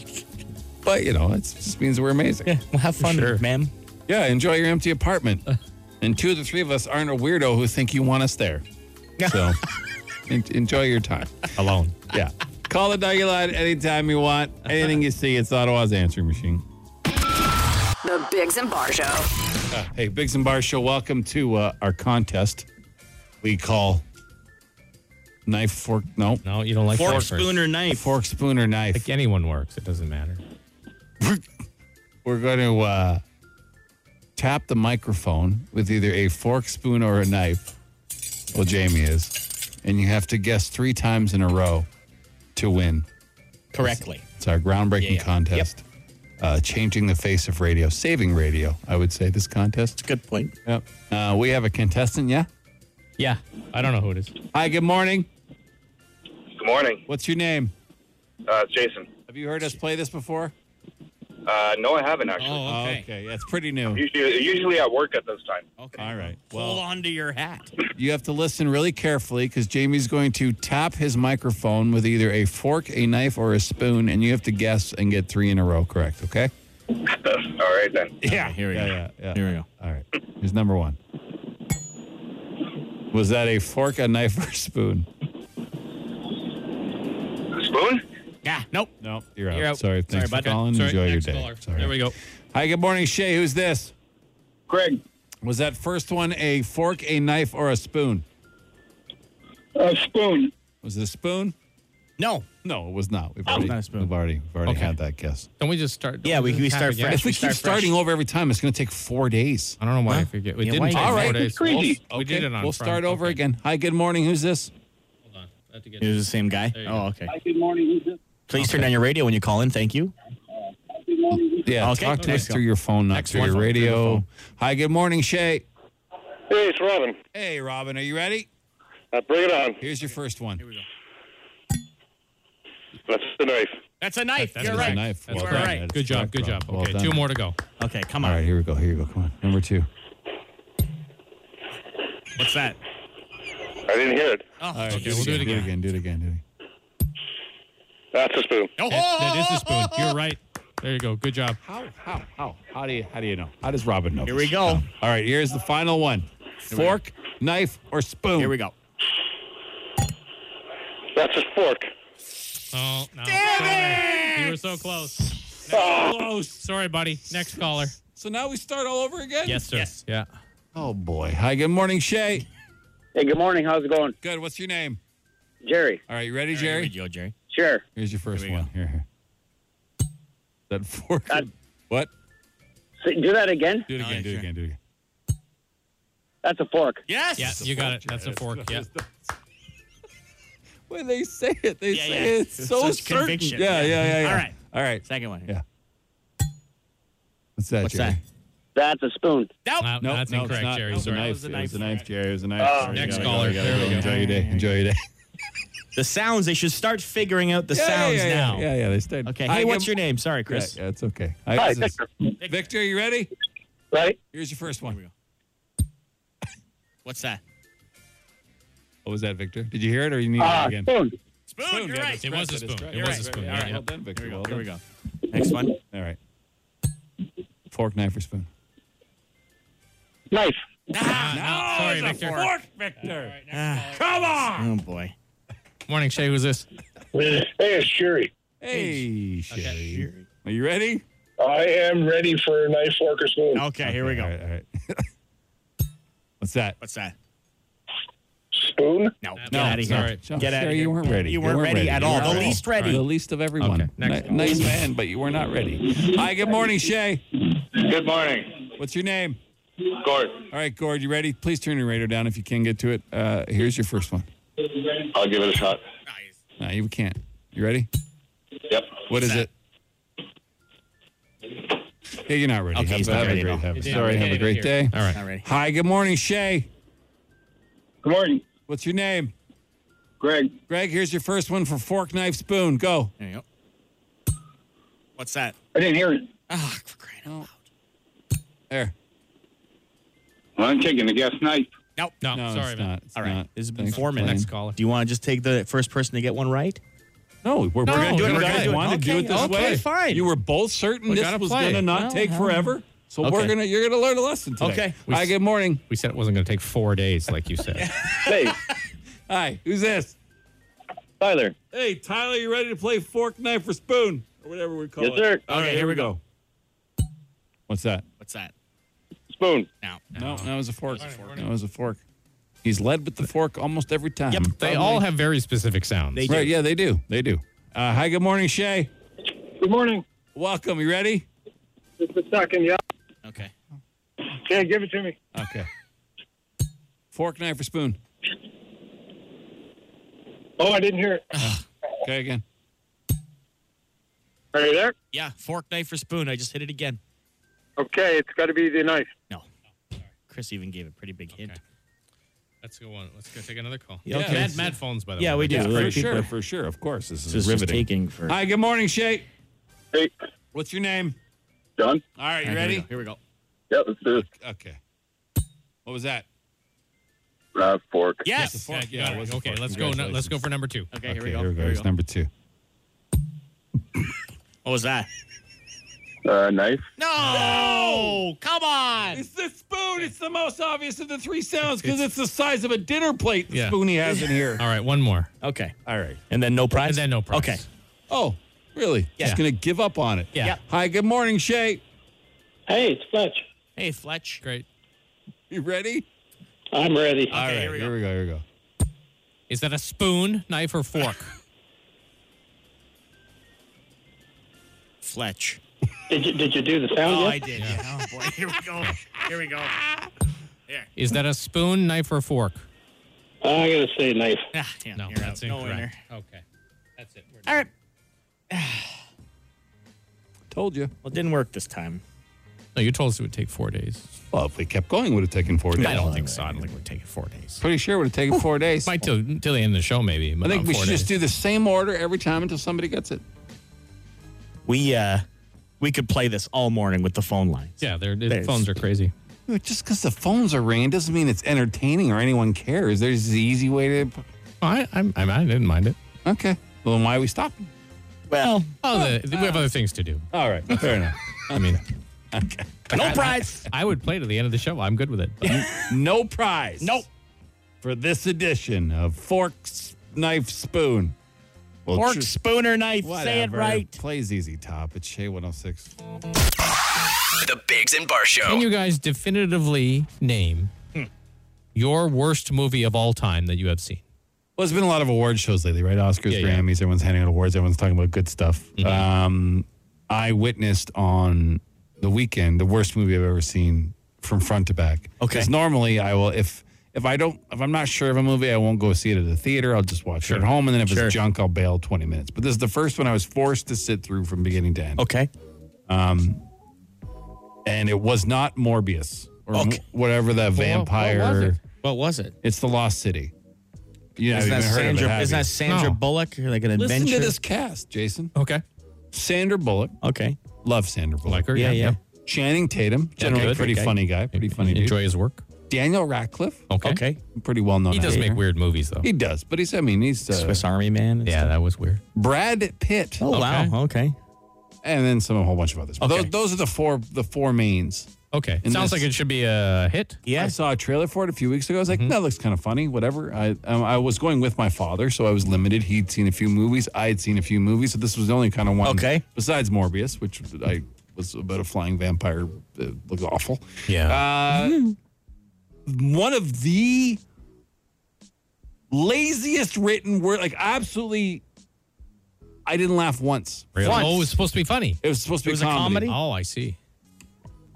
D: but you know, it just means we're amazing.
E: Yeah. Uh. Well, have fun,
D: Sure.
E: ma'am.
D: Yeah, enjoy your empty apartment. and two of the three of us aren't a weirdo who think you want us there. So en- enjoy your time.
C: Alone.
D: Yeah. Call the doggy line anytime you want. Anything you see, it's Ottawa's answering machine.
B: The Biggs and Bar Show.
D: Hey, Biggs and Bar Show, welcome to uh, our contest. We call knife, fork, no,
C: No, you don't like
E: Fork,
C: forkers.
E: spoon, or knife.
D: fork, spoon, or knife.
C: Like anyone works, it doesn't matter.
D: We're going to uh, tap the microphone with either a fork, spoon, or a knife. Well, Jamie is. And you have to guess three times in a row to win.
E: Correctly.
D: It's our groundbreaking
E: Yeah, yeah.
D: contest. Uh, changing the face of radio, saving radio, I would say, this contest.
E: Good point.
D: Yep. Uh, we have a contestant, yeah?
C: Yeah. I don't know who it is.
D: Hi, good morning.
G: Good morning.
D: What's your name?
G: Uh, it's Jason.
D: Have you heard us play this before?
G: Uh, no, I haven't actually.
D: Oh, okay. Yeah, it's pretty
C: Oh.
D: new.
G: Usually, usually I work at this time.
D: Okay. All right.
E: Hold
D: Well,
E: on to your hat.
D: you have to listen really carefully because Jamie's going to tap his microphone with either a fork, a knife, or a spoon, and you have to guess and get three in a row correct, okay?
G: All right then.
E: Yeah. Here we
D: Yeah,
E: go.
D: yeah, yeah.
E: Here we go.
D: All right. Here's number one. Was that a fork, a knife, or a spoon?
G: Spoon?
E: Yeah. Nope.
D: No, you're out.
E: You're out.
D: Sorry,
E: Sorry
D: thanks
E: about
D: for
E: that.
D: calling.
E: Sorry,
D: Enjoy your
E: next
D: day.
E: caller.
D: Sorry.
E: There we go.
D: Hi, good morning, Shay. Who's this?
G: Greg.
D: Was that first one a fork, a knife, or a spoon?
G: Uh, spoon.
D: Was it a spoon?
E: No.
D: No, it was not. We've already,
E: not a spoon.
D: We've already, we've already
C: Okay.
D: had that guess.
C: Don't we just start?
E: Yeah, we-
C: just
E: we
C: tap
E: start
C: again?
E: fresh.
D: If we,
E: We
D: keep
E: start fresh.
D: starting over every time, it's going to take four days.
C: I don't know why
E: Huh?
C: I forget. We
E: Yeah,
C: didn't
E: why
C: take
E: did
C: four
E: that?
C: days.
G: It's crazy.
C: We'll, we did it on
D: We'll
C: Friday.
D: start over
C: Okay.
D: again. Hi, good morning. Who's this?
C: Hold on. I have to get-
E: It was the same guy.
C: There you
E: Oh, okay.
G: Good morning.
E: Please turn down your radio when you call in. Thank you.
D: Yeah,
E: Okay,
D: talk to
E: let's
D: us
E: go.
D: through your phone, not through your
E: one.
D: radio. Hi, good morning, Shay.
L: Hey, it's Robin.
D: Hey, Robin, are you ready?
L: Uh, bring it on.
D: Here's your first one. Here we go.
L: That's the knife.
E: That's a knife.
C: That's
E: You're
C: a
E: right.
C: knife.
E: That's
C: Well
E: correct.
C: done. That's Good job, good job. Okay, two more to go.
E: Okay, come
D: All
E: on.
D: right, here we go. Here you go. Come on. Number two.
E: What's that?
L: I didn't hear it.
E: Oh,
D: All right,
C: okay, we'll do it
D: Do it again. Do it again. Do it again.
L: That's a spoon.
E: Oh,
C: That is a spoon. You're right. There you go. Good job.
D: How? How? How? How do you? How do you know? How does Robin know?
E: Here
D: this?
E: we go.
D: All right, here's the final one:
E: we go.
D: fork, knife, or spoon.
E: Here we go.
L: That's a fork.
C: Oh, no. Damn it! You were so close. Next- Close. Sorry, buddy. Next caller.
D: Oh. So now we start all over again.
C: Yes, sir. Yeah.
D: Oh boy. Hi. Good morning, Shay.
M: Hey, good morning. How's it going?
D: Good. What's your name?
M: Jerry.
D: All right, you ready,
E: Here we
D: Jerry?
E: go, Jerry.
M: Sure.
D: Here's your first one. Here, here. That fork.
M: That-
D: what?
M: S- Do that again.
D: Do it
E: Oh,
D: again.
E: yeah,
D: do it
E: sure.
D: again. Do it again.
M: That's a fork.
E: Yes.
C: Yeah, you got it. That's a fork. Yeah.
D: When they say it, they
E: Yeah,
D: say
E: yeah.
D: it. It's
E: It's
D: so
E: such
D: certain.
E: conviction.
D: Yeah, yeah,
E: Yeah.
D: yeah, yeah.
E: All right.
D: All right.
E: Second one.
D: Yeah. What's that,
E: What's
D: Jerry?
E: that?
M: That's a spoon.
E: Nope.
C: Wow,
D: Nope,
C: that's
D: no, it's
C: incorrect,
D: not.
C: Jerry.
D: It was a
C: Sorry.
D: knife.
E: was the
D: It was a
E: knife.
D: knife, Jerry. It was a knife. Sorry,
C: Next
D: gotta go,
C: caller.
D: gotta
C: There
D: go.
C: we go.
D: Enjoy your day. Enjoy your day.
E: The sounds. They should start figuring out the
D: Yeah,
E: sounds
D: yeah, yeah,
E: now.
D: Yeah, yeah. They started.
E: Okay.
D: Hi,
E: Hey,
D: good-
E: what's your name? Sorry, Chris.
D: Yeah, yeah, it's okay. Hi,
L: Hi,
D: this is-
L: Victor.
D: Victor, you ready?
L: Right?
D: Here's your first one.
E: What's that?
D: What was that, Victor? Did you hear it or you need
L: Ah,
D: it again?
L: spoon.
E: Spoon.
D: Spoon,
E: You're
D: yeah,
E: right.
D: that's
C: It was a
D: right, that's
C: spoon.
D: right.
C: It
D: You're
C: was a
D: right,
C: spoon.
D: right. All right,
C: Yeah.
D: well done, Victor. Well
E: Here we
D: done.
E: go. Next one.
D: All right. Fork, knife, or spoon?
L: Knife.
C: Ah, no, sorry, Victor.
D: Victor.
E: Come on. Oh boy.
C: Morning, Shay. Who's this?
L: Hey, it's Sherry.
D: Hey, Shay. Are you ready?
L: I am ready for a knife, fork, or spoon.
E: Okay. Here we
D: All
E: go.
D: right, all right. What's that?
E: What's that?
L: Spoon?
E: No.
C: Get
E: Get out of here.
C: sorry.
E: Get
D: Sherry,
E: out of here.
D: You weren't ready.
E: You weren't ready at all. The least ready.
D: The least of everyone.
C: Okay, next
D: Ni- nice man, but you were not ready. Hi, good morning, Shay.
L: Good morning.
D: What's your name?
L: Gord.
D: All right, Gord, you ready? Please turn your radio down if you can get to it. Uh, here's your first one.
L: I'll give it a shot.
D: No, you can't. You ready?
L: Yep.
D: What is it? Yeah, you're not ready.
E: Okay,
D: have
E: he's
D: a,
E: not
D: have a
E: ready at
D: great,
E: all.
D: have a,
C: He's not
D: sorry,
C: ready.
D: have a
C: Get
D: great
C: it
D: day.
C: here. All right.
E: Not ready.
D: Hi, good morning, Shay.
L: Good morning,
D: What's your name?
L: Greg.
D: Greg, here's your first one for fork, knife, spoon. Go.
E: There you go. What's that?
L: I didn't hear it.
E: Ah, for crying out loud.
D: There.
L: Well, I'm taking the guess knife.
E: Nope.
C: No,
D: No,
C: sorry,
D: it's
C: man.
D: not. It's
E: All right.
D: not.
E: This has been
D: Thanks for
E: four
D: playing.
E: minutes.
C: Next caller.
E: Do you want to just take the first person to get one right?
D: No, we're,
C: No,
D: we're going to do it.
C: we're gonna
D: We're going
C: do
D: to
C: it.
D: want to do it this
E: Okay,
D: way.
E: okay, fine.
D: You were both certain
C: We
D: this
C: gotta
D: was
C: play.
D: going to not
E: Well,
D: take
E: yeah.
D: forever. So we're
E: Okay.
D: gonna you're gonna learn a lesson today.
E: Okay.
D: Hi, good morning.
C: We said it wasn't going to take four days, like you said.
L: Hey,
D: Hi, who's this?
M: Tyler.
D: Hey, Tyler, you ready to play fork, knife, or spoon or whatever we call
M: Yes,
D: it?
M: sir.
D: All right, here we go. What's that?
E: What's that?
L: spoon.
E: Now.
D: No, that was a fork. That was a fork. He's led with the fork almost every time.
E: Yep,
C: They all have very specific sounds.
E: They do.
D: Right, yeah, they do. They do. Uh, hi, good morning, Shay.
L: Good morning.
D: Welcome. You ready?
L: Just a second, yeah.
E: Okay.
L: Yeah, give it to me.
D: Okay. Fork, knife, or spoon.
L: Oh, I didn't hear it.
D: Okay, again.
L: Are you there?
E: Yeah. Fork, knife, or spoon. I just hit it again.
L: Okay, it's got to be the knife.
E: No. Chris even gave a pretty big hint.
C: Okay. Let's go on. Let's go take another call.
E: Yeah,
C: Yeah,
E: okay.
C: Mad, mad phones, by the
E: Yeah,
C: way.
E: we do.
D: Yeah,
E: Other
D: for
E: people-
D: sure, for sure. Of course, this is
E: This is just
D: riveting.
E: taking for.
D: Hi, good morning, Shay.
L: Hey,
D: What's your name?
L: John.
D: All right, you
E: All right,
D: ready?
E: Here we go.
L: Yep, it's the
D: Okay. What was that?
L: uh, fork.
E: Yes.
D: Yes.
C: Yeah,
D: Fork, yeah,
C: got
D: it
C: it.
D: was a
C: okay,
D: fork.
C: let's go. No, let's go for number two.
E: Okay, here we go. Here we go.
D: Here's number two.
E: What was that?
L: Uh, knife.
E: No! Come on!
D: It's the spoon. It's the most obvious of the three sounds because it's the size of a dinner plate. The
C: Yeah.
D: spoon he has in here.
C: All right, one more.
E: Okay.
D: All right.
E: And then no prize?
C: And then no prize.
E: Okay.
D: Oh, really?
E: Yeah.
D: Just gonna give up on it.
C: Yeah.
E: Yep.
D: Hi, good morning, Shay.
M: Hey, it's Fletch.
E: Hey, Fletch.
C: Great.
D: You ready?
M: I'm ready.
D: All right.
E: here we go.
D: Here we go. Here we go.
C: Is that a spoon, knife, or fork?
E: Fletch.
M: Did you did you do the sound
E: Oh, I
M: yet?
E: did. Yeah. Oh, boy. Here we go. Here we go.
C: Is that a spoon, knife, or fork?
M: I, gotta say knife.
E: Ah, damn,
C: No,
E: you're
C: that's
E: out. No winner.
C: incorrect. Okay, that's it. We're done.
E: All right.
D: Told you.
E: Well, it didn't work this time.
C: No, you told us it would take four days.
D: Well, if we kept going, it would have taken four days.
C: I don't think so. I don't think it would take four days.
D: Pretty sure it would have taken four days.
C: Might till, till the end of the show, maybe.
D: I
C: but
D: think
C: not
D: we
C: Oh, four
D: should just
C: days.
D: do the same order every time until somebody gets it.
E: We uh, we could play this all morning with the phone lines.
C: Yeah, their
E: There's-
C: phones are crazy.
D: Just because the phones are ringing doesn't mean it's entertaining or anyone cares. There's the easy way to.
C: Oh, I I, I, I didn't mind it.
D: Okay. Well, then why are we stopping?
E: Well,
C: oh, the, we have other things to do.
D: All right. Fair enough.
C: I mean,
D: Okay.
C: no prize. I, would play to the end of the show. I'm good with it.
D: No prize. Nope. For this edition of Forks, Knife, Spoon. Well,
E: Fork,
D: tr-
E: spooner, knife. Say it
D: whatever.
E: right.
D: Plays easy top. It's oh Shea 106.
A: The Bigs and Bar Show.
C: Can you guys definitively name your worst movie of all time that you have seen?
D: Well, there's been a lot of award shows lately, right? Oscars,
C: Yeah, yeah.
D: Grammys, everyone's handing out awards, everyone's talking about good stuff.
E: Mm-hmm.
D: Um, I witnessed on the weekend the worst movie I've ever seen from front to back.
E: Okay.
D: Because normally I will if if I don't if I'm not sure of a movie, I won't go see it at the theater. I'll just watch it at home and then if
E: Sure.
D: it's junk, I'll bail 20 minutes. But this is the first one I was forced to sit through from beginning to end.
E: Okay.
D: Um and it was not Morbius or
E: Okay.
D: wh- whatever that vampire
E: What was it?
D: it's the Lost City. You
E: Isn't
D: haven't even
E: that
D: heard of it,
E: Sandra?
D: have
E: isn't
D: you?
E: that Sandra
C: No.
E: Bullock? Like an
D: Listen
E: adventure?
D: to this cast, Jason.
C: Okay.
D: Sandra Bullock.
E: Okay.
D: Love Sandra Bullock.
C: Like her?
E: Yeah, yeah.
D: Channing Tatum. Generally
C: good.
D: pretty
C: Okay.
D: funny guy. Pretty funny dude.
C: Enjoy his work.
D: Daniel Radcliffe.
C: Okay.
E: Okay.
D: Pretty well known.
C: He does
D: actor.
C: make weird movies, though.
D: He does, but he's, I mean, he's uh,
E: Swiss Army Man. and
C: Yeah,
E: stuff.
C: that was weird.
D: Brad Pitt.
E: Oh wow. Okay.
D: And then some, a whole bunch of others. But
E: Okay.
D: Those, those are the four, the four mains.
C: Okay.
D: And
C: Sounds
D: this-
C: like it should be a hit.
D: I
E: Yeah.
D: saw a trailer for it a few weeks ago. I was like,
C: Mm-hmm.
D: that looks kind of funny, whatever. I um, I was going with my father, so I was limited. He'd seen a few movies. I had seen a few movies, so this was the only kind of one.
E: Okay.
D: Besides Morbius, which I was about a flying vampire, uh, looked awful.
C: Yeah.
D: Uh, one of the laziest written word, like absolutely. I didn't laugh once. Once.
C: Oh, it's supposed to be funny.
D: It was supposed to be
E: was a
D: comedy.
E: comedy?
C: Oh, I see.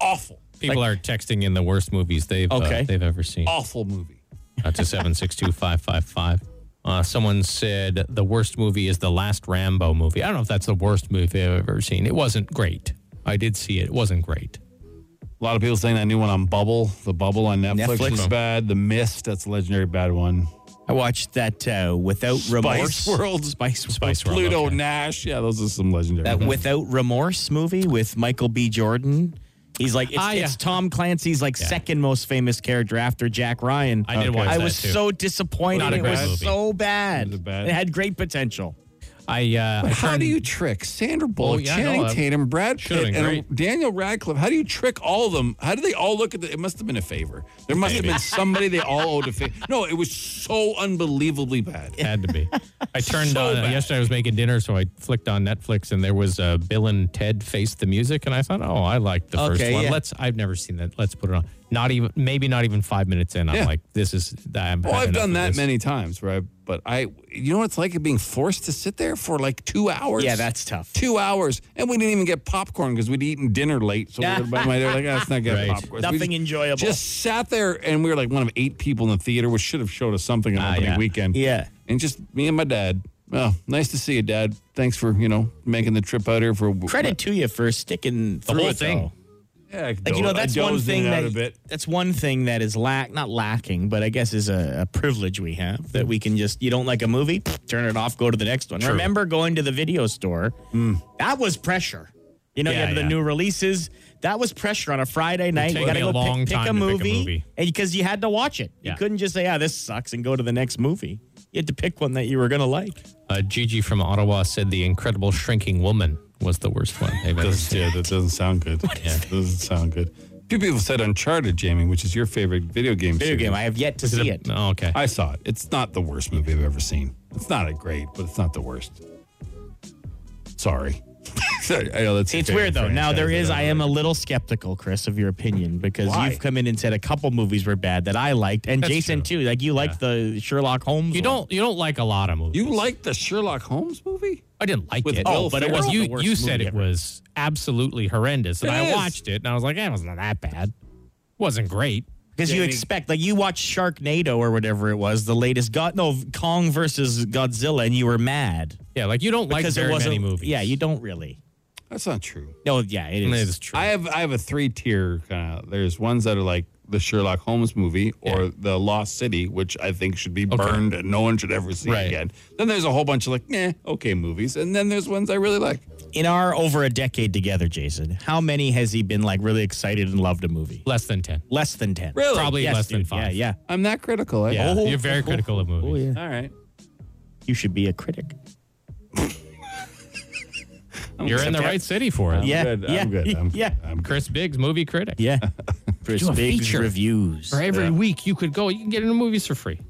D: Awful,
C: People are texting in the worst movies they've uh,
E: Okay.
C: they've ever seen.
D: awful movie.
C: Uh, to seven six two five five five. Uh, someone said the worst movie is the last Rambo movie. I don't know if that's the worst movie I've ever seen. It wasn't great. I did see it. It wasn't great.
D: A lot of people saying that new one on Bubble, the Bubble on Netflix,
E: Netflix.
D: is bad. The Mist, that's a legendary bad one.
E: I watched that uh, without remorse.
D: Spice World, Spice World,
C: Spice World,
D: Pluto
C: okay.
D: Nash, yeah, those are some legendary.
E: That
C: Mm-hmm.
D: ones.
E: without remorse movie with Michael B. Jordan. He's like it's,
C: Ah, yeah.
E: it's Tom Clancy's like second most famous character after Jack Ryan.
C: I did watch
E: I
C: that,
E: was
C: too.
E: so disappointed.
C: Not a
E: it
C: great
E: was
C: movie.
E: so bad.
D: It was bad.
E: It had great potential.
C: I uh, I
D: How
C: turned-
D: do you trick Sandra Bullock,
C: Oh, yeah, I
D: Channing
C: know.
D: Tatum, Brad
C: Should've
D: Pitt,
C: been
D: and
C: great.
D: Daniel Radcliffe? How do you trick all of them? How do they all look at the? It must have been a favor. There must have been somebody they all owed a favor. No, it was so unbelievably bad.
C: had to be. I turned
D: So
C: on
D: bad.
C: yesterday. I was making dinner, so I flicked on Netflix, and there was uh, Bill and Ted Face the Music, and I thought, oh, I like the first
E: Okay,
C: one.
E: yeah.
C: Let's. I've never seen that. Let's put it on. Not even. Maybe not even five minutes in. I'm
D: Yeah.
C: like, this is. I'm
D: Well, I've
C: enough
D: done
C: of
D: that
C: this.
D: many times, right? But I, you know what it's like being forced to sit there for like two hours?
E: Yeah, that's tough.
D: two hours, and we didn't even get popcorn because we'd eaten dinner late. So we were by my, they were like, "That's not good
C: Right.
D: popcorn." So we
E: Nothing
D: just-
E: enjoyable.
D: Just sat there, and we were like one of eight people in the theater, which should have showed us something on
C: Ah,
D: opening
C: yeah.
D: weekend.
E: Yeah.
D: and just me and my dad. Well, nice to see you, Dad. Thanks for you know making the trip out here for
E: Credit to you for sticking
C: The
E: through
C: whole
E: it,
C: thing.
E: though.
D: Yeah, I
E: Like you
D: do-
E: know,
D: I
E: that's one
D: dozed in
E: thing
D: and out a
E: that
D: bit.
E: that's one thing that is lack not lacking, but I guess is a, a privilege we have
C: Hmm.
E: that we can just you don't like a movie, pfft, turn it off, go to the next one. Remember going to the video store? That was pressure. You know,
C: Hmm. Yeah,
E: you had
C: yeah.
E: the new releases. That was pressure on a Friday night. You
C: take
E: got to
C: me a
E: go
C: long
E: pick, pick
C: time
E: a
C: to pick a
E: movie,
C: movie.
E: and because you had to watch it,
C: Yeah.
E: you couldn't just say, "Ah, this sucks," and go to the next movie. You had to pick one that you were gonna like.
C: Uh, Gigi from Ottawa said the Incredible Shrinking Woman was the worst one they've ever
D: Doesn't-
C: seen.
D: yeah, that doesn't sound good. yeah, doesn't sound good. Few people said Uncharted, Jamie, which is your favorite video game.
E: Video
D: series.
E: game. I have yet to see it.
C: Oh, okay.
D: I saw it. It's not the worst movie I've ever seen. It's not a great, but it's not the worst. Sorry. Sorry, I know that's your
E: It's
D: favorite
E: weird though. Now there
D: franchise.
E: is. I am a little skeptical, Chris, of your opinion because
D: Why?
E: you've come in and said a couple movies were bad that I liked, and
C: That's
E: Jason too. Like you liked the Sherlock Holmes.
C: You
E: one.
C: don't. You don't like a lot of movies.
D: You like the Sherlock Holmes movie?
C: I didn't like
D: With
C: it.
D: Will
C: but it
D: Ferrell?
C: was
D: The
C: you.
E: worst
C: You said
E: movie
C: it
E: ever.
C: was absolutely horrendous, and
D: It
C: I
D: is.
C: watched it, and I was like, eh, it wasn't that bad. wasn't great.
E: because you expect like you watched Sharknado or whatever it was, the latest God no Kong versus Godzilla, and you were mad
C: Yeah, like you don't like
E: because
C: very
E: it wasn't.
C: many movies.
E: Yeah, you don't really.
D: That's not true.
E: No, yeah, it is.
D: It is true. I have I have a three tier kind of. There's ones that are like the Sherlock Holmes movie or the Lost City, which I think should be burned and no one should ever see again. Then there's a whole bunch of like, eh, okay movies, and then there's ones I really like.
E: In our over a decade together, Jason, how many has he been like really excited and loved a movie?
C: Less than 10.
E: Less than 10.
C: Really? Probably
E: Yes,
C: less than
E: dude.
C: five.
E: Yeah, yeah.
D: I'm that critical. Eh?
C: Yeah,
E: oh,
C: you're very critical of movies.
E: yeah.
D: All right.
E: You should be a critic.
C: You're in the right city for it.
E: I'm oh, Yeah, good, I'm yeah, good, I'm- yeah.
C: Chris Biggs, movie critic.
E: Yeah. Chris
C: Do a
E: Biggs
C: feature.
E: reviews.
C: For every
E: Yeah.
C: week you could go, you can get into movies for free.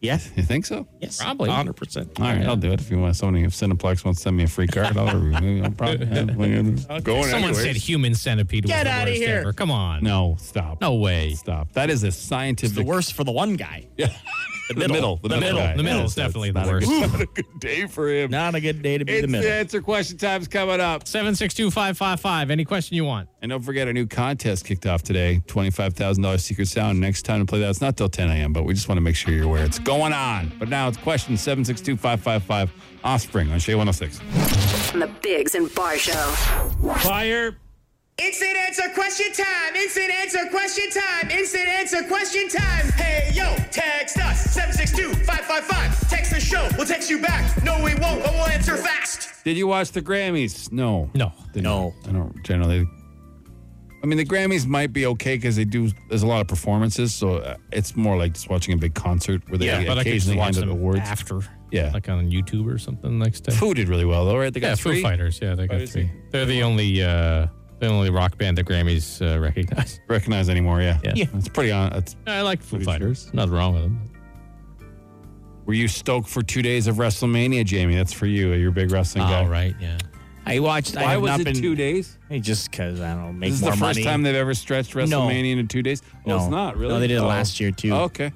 E: Yes.
D: You think so?
E: Yes.
C: Probably.
E: 100%.
D: All right, I'll do it. If you want somebody, if Cineplex wants to send me a free card, I'll review. it. I'll probably going
C: Someone
D: anyways.
C: said human centipede was
E: Get
C: the
E: outta
C: worst
E: here.
C: ever. Come on.
D: No, stop.
C: No way.
D: Stop. That is a
E: It's
D: scientific.
E: the worst for the one guy.
D: Yeah. The
E: middle.
D: middle.
E: The middle.
D: guy.
C: The middle
D: Yeah,
C: is
D: so it's
C: definitely the
D: not a
C: worst.
D: good- Not a good day for him.
E: Not a good day to be
D: It's
E: the
D: the,
E: middle.
D: answer question time's coming up.
C: 762-555. Any question you want.
D: And don't forget, our new contest kicked off today $25,000 Secret Sound. Next time to play that, it's not till 10 a.m., but we just want to make sure you're aware it's going on. But now it's question 762 555 Offspring on Shea 106.
B: On the Bigs and Bar Show.
D: Fire.
F: Instant answer question time. Instant answer question time. Instant answer question time. Hey yo, text us 762-555. Text the show. We'll text you back. No, we won't, but we'll answer fast.
D: Did you watch the Grammys? No.
C: No.
D: Didn't. I don't generally. I mean, the Grammys might be okay because they do. There's a lot of performances, so uh, it's more like just watching a big concert where they
C: Yeah, but I could just
D: occasionally
C: watch
D: hand out
C: them
D: awards.
C: after.
D: Yeah.
C: Like on YouTube or something next day.
D: Foo did really well though, right? They got
C: yeah,
D: three.
C: Foo Fighters. Yeah, they
D: What
C: got
D: is
C: three. They're the only uh, the only rock band that Grammys uh, recognize.
D: Recognize anymore? Yeah.
C: Yeah.
D: It's pretty uh, on. It's,
C: I like Foo
D: Pretty
C: Fighters. Nothing wrong with them.
D: were you stoked for two days of WrestleMania, Jamie? That's for you. You're a big wrestling guy.
C: All right. Yeah.
E: I watched. I
D: Why
E: have
D: was
E: not
D: it
E: been,
D: two days?
E: Hey, just because I don't know, make
D: This is the
E: more
D: first
E: money.
D: time they've ever stretched WrestleMania into two days. Well,
E: no,
D: it's not really.
E: No, they did it
D: Oh.
E: last year too.
D: Oh, okay.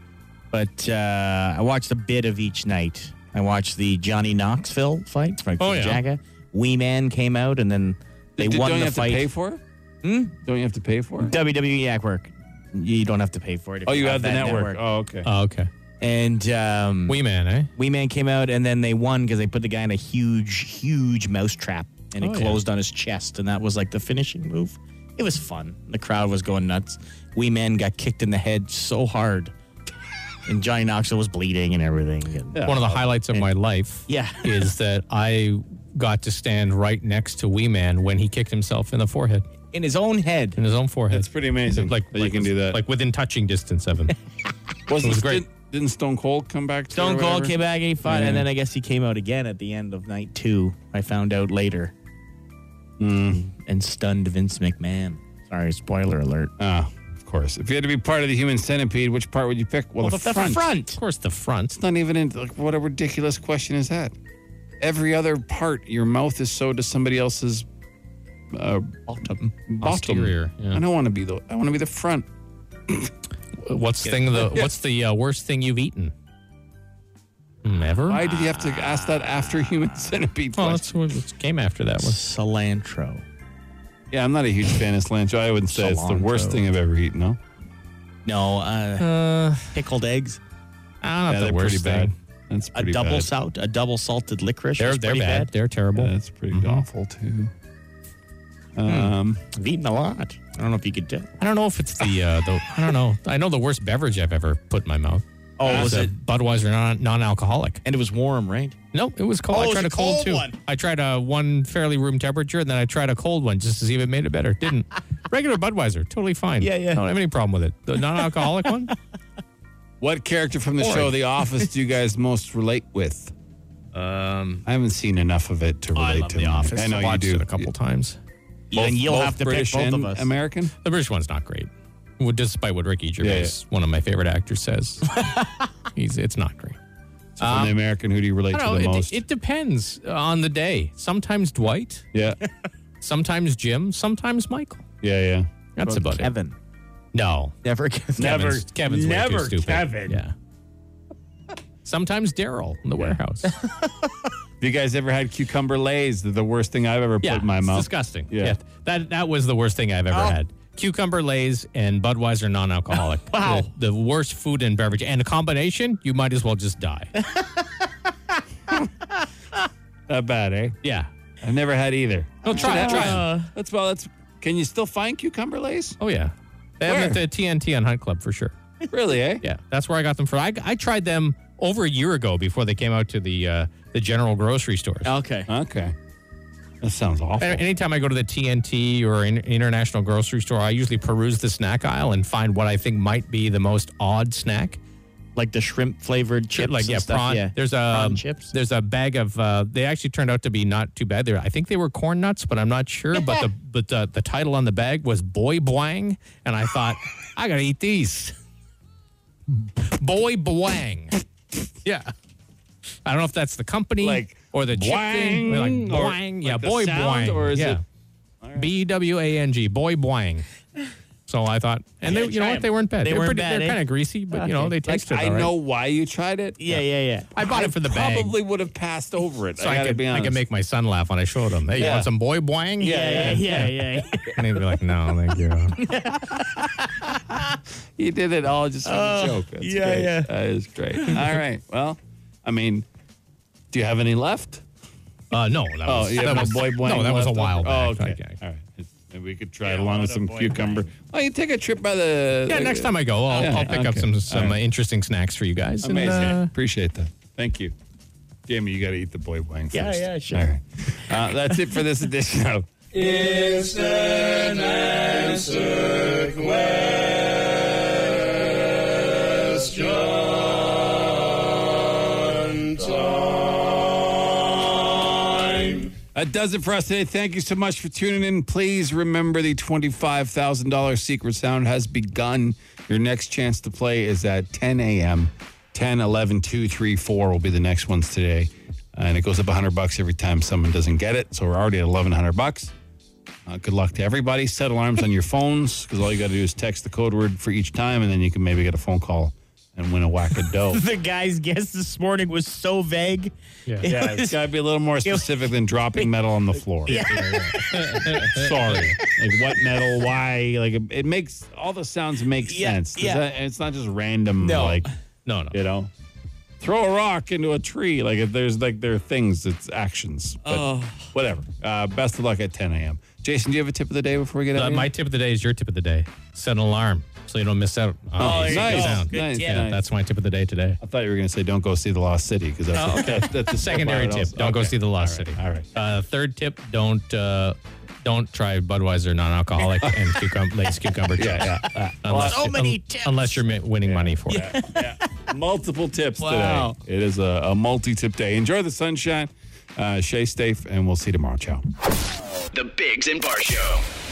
E: But uh, I watched a bit of each night. I watched the Johnny Knoxville fight from
C: Oh, yeah.
E: Jaga. Wee Man came out, and then they
D: Did-
E: won
D: don't
E: the
D: you have
E: fight. Hmm?
D: to pay for it? Don't you have to pay for it?
E: WWE Network. You don't have to pay for it. if
D: Oh, you have the
E: that Uh,
D: network. Oh, okay.
C: Oh, okay.
E: And um,
C: Wee Man, eh?
E: Wee Man came out, and then they won because they put the guy in a huge, huge mouse trap, and
C: Oh,
E: it
C: yeah.
E: closed on his chest, and that was like the finishing move. It was fun. The crowd was going nuts. Wee Man got kicked in the head so hard, and Johnny Knoxville was bleeding and everything. and-
D: Yeah.
C: One of the highlights of my life
E: Yeah.
C: is that I got to stand right next to Wee Man when he kicked himself in the forehead,
E: in his own head.
C: in his own forehead.
D: That's pretty amazing.
C: Like,
D: Like, that you
C: like-
D: can do that.
C: Like within touching distance of him.
D: Wasn't
C: It was great.
D: Didn't, didn't Stone Cold come back? To it or
E: Stone Cold
D: whatever?
E: came back and he fought,
D: Yeah.
E: and then I guess he came out again at the end of night two. I found out later,
D: Hmm.
E: and stunned Vince McMahon. Sorry, spoiler alert.
D: Ah, of course. If you had to be part of the human centipede, which part would you pick? Well, the, front.
C: of course, the front.
D: It's not even in, like what a ridiculous question is that? Every other part, your mouth is sewed to somebody else's uh, bottom. Bottom.
C: Posterior, yeah.
D: I don't want to be the. I want to be the front.
C: What's thing the What's the uh, worst thing you've eaten? Never.
D: Why did you have to ask that after human centipede?
C: well,
D: question?
C: Oh, that's what what came after that one.
E: Cilantro.
D: Yeah, I'm not a huge fan of cilantro. I wouldn't say it's the worst
E: Cilantro.
D: thing I've ever eaten. No,
E: No, uh,
C: Uh,
E: pickled eggs.
C: I don't
D: yeah,
C: know.
D: they're
C: Ah, the worst
D: pretty bad.
C: thing.
D: That's
E: A
D: pretty
E: double
D: bad.
E: salt, a double salted licorice.
C: They're
E: was
C: they're
E: pretty
C: bad. They're terrible.
D: Yeah, that's pretty
C: Mm-hmm.
D: awful too.
C: Hmm.
D: Um,
E: I've eaten a lot. I don't know if you could tell.
C: I don't know if it's the uh, the I don't know. I know the worst beverage I've ever put in my mouth.
E: Oh, was
C: a
E: it?
C: Budweiser non non alcoholic?
E: And it was warm, right?
C: No, it was cold.
E: Oh, it
C: I
E: was
C: tried
E: a
C: a cold,
E: cold
C: too.
E: one.
C: I tried a one fairly room temperature, and then I tried a cold one just to see if it made it better. Didn't. Regular Budweiser, totally fine.
E: Yeah, yeah.
C: I don't have any problem with it. The non-alcoholic one.
D: What character from the
C: Boring.
D: show The Office do you guys most relate with? Um, I haven't seen enough of it to relate to them. I know you
C: watched
D: do
C: it a couple times.
D: Both-
E: and you'll
D: both
E: have to
D: British
E: pick both
D: and
E: of us.
D: American.
C: The British one's not great, Well, despite what Ricky Gervais,
D: Yeah,
C: one of my favorite actors, says. He's it's not great.
D: So from the American, who do you relate
C: Um, I
D: to
C: don't
D: the
C: know. It,
D: most?
C: it depends uh, on the day. Sometimes Dwight,
D: yeah,
C: sometimes Jim, sometimes Michael.
D: yeah, yeah.
C: That's about it.
E: Kevin.
C: No,
E: Never Kevin.
C: Kevin's, Kevin's way too stupid. Yeah. Sometimes Daryl in the warehouse.
D: Have you guys ever had cucumber lays? They're the worst thing I've ever
C: yeah,
D: put in my
C: it's
D: mouth.
C: disgusting.
D: Yeah.
C: Yeah. Oh. that that was the worst thing I've ever had. Cucumber lays and Budweiser non-alcoholic. wow, the, the worst food and beverage, and a combination, you might as well just die.
D: That bad, eh?
C: yeah,
D: I've never had either.
C: No,
D: You
C: try
D: should
C: it,
D: have
C: try it.
D: That's well. That's. Can you still find cucumber lays?
C: Oh yeah, they have them at the TNT and Hunt Club for sure.
D: Really, eh?
C: Yeah, that's where I got them from. I, I tried them over a year ago before they came out to the uh, the general grocery stores.
E: Okay.
D: Okay. That sounds awful.
C: A- Anytime I go to the TNT or in, international grocery store, I usually peruse the snack aisle and find what I think might be the most odd snack.
E: Like the shrimp flavored chips,
C: like
E: and
C: yeah,
E: stuff,
C: prawn.
E: yeah.
C: There's um, a
E: Prawn chips.
C: There's a bag of. Uh, they actually turned out to be not too bad. There, I think they were corn nuts, but I'm not sure. But the but the, the title on the bag was Boy Bwang, and I thought I gotta eat these. Boy Bwang. Yeah. I don't know if that's the company
D: Like
C: or the chicken. Like
D: bwang, or
C: bwang. Yeah,
D: like the
C: boy
D: sound,
C: bwang.
D: or is
C: yeah.
D: it-
C: B W A N G, boy bwang. So I thought, and they,
E: Yeah,
C: you know
E: try
C: what?
E: 'em.
C: They weren't bad.
E: They
C: They, were
E: weren't
C: pretty,
E: bad,
C: They're
E: eh?
C: kind of greasy, but you know
D: Okay.
C: they
D: Like,
C: tasted.
D: I
C: all right.
D: know why you tried it.
E: Yeah, yeah, yeah.
C: I bought it for the bag.
D: Probably would have passed over it.
C: So
D: I,
C: I,
D: gotta
C: could,
D: be
C: I
D: honest.
C: could make my son laugh when I showed him. Hey, you
D: Yeah.
C: want some boy bwang?
D: Yeah,
E: yeah, yeah.
C: And he'd be like, no, thank you.
D: You did it all just as
C: Oh,
D: a joke. That's
E: yeah,
D: great.
E: yeah.
D: That is great. All right. Well, I mean, do you have any left?
C: Uh, no, that was,
D: Oh, you
C: that
D: have a
C: was
D: boy blank
C: No, that was a
D: left
C: while
D: over?
C: back.
D: Oh, okay.
C: Okay.
D: All right. It's- And we could try it along with some cucumber. Oh, you take a trip by the.
C: Yeah,
D: the-
C: next time I go, I'll,
D: Yeah,
C: I'll pick up
D: okay.
C: some
D: All
C: some uh,
D: right.
C: interesting snacks for you guys. and,
D: Amazing.
C: uh,
D: Appreciate that. Thank you. Jamie, you got to eat the boy wang
E: Yeah,
D: first.
E: yeah, sure.
D: All right. Uh, that's it for this edition of. That does it for us today. Thank you so much for tuning in. Please remember the $25,000 secret sound has begun. Your next chance to play is at 10 a.m. 10, 11, 2, 3, 4 will be the next ones today. And it goes up 100 bucks every time someone doesn't get it. So we're already at 1100 bucks. Uh, good luck to everybody. Set alarms on your phones because all you got to do is text the code word for each time, and then you can maybe get a phone call and win a whack of dough.
E: The guy's guess this morning was so vague.
C: Yeah.
E: It
D: Yeah, it's
E: was-
D: got to be a little more specific than dropping metal on the floor. Sorry. Like what metal? Why? Like it- it makes all the sounds make
E: Yeah,
D: sense. Does
E: yeah.
D: that- and it's not just random.
E: No.
D: Like
C: no, no.
D: you know, throw a rock into a tree. Like if there's like there are things. It's actions. But
E: Oh.
D: whatever. Uh, best of luck at 10 a.m. Jason, do you have a tip of the day before we get out?
C: Uh,
D: of here?
C: my tip of the day is your tip of the day. Set an alarm so you don't miss out. on
D: Oh,
C: the
D: nice.
C: sound.
D: Good tip.
C: Yeah, that's my tip of the day today.
D: I thought you were going to say don't go see the Lost City because that's,
C: Oh,
D: that's, that's the
C: Secondary tip: Don't go see the Lost City.
D: All right.
C: Uh, third tip: Don't uh, don't try Budweiser non-alcoholic and cucumber, lace cucumber chips.
D: Yeah, yeah.
C: Unless,
E: So many tips.
C: Unless you're ma- winning money for it.
D: multiple tips
E: Wow.
D: today. It is a, a multi tip day. Enjoy the sunshine. Uh, Shay Stafe, and we'll see you tomorrow. Ciao.
A: The Bigs and Bar Show.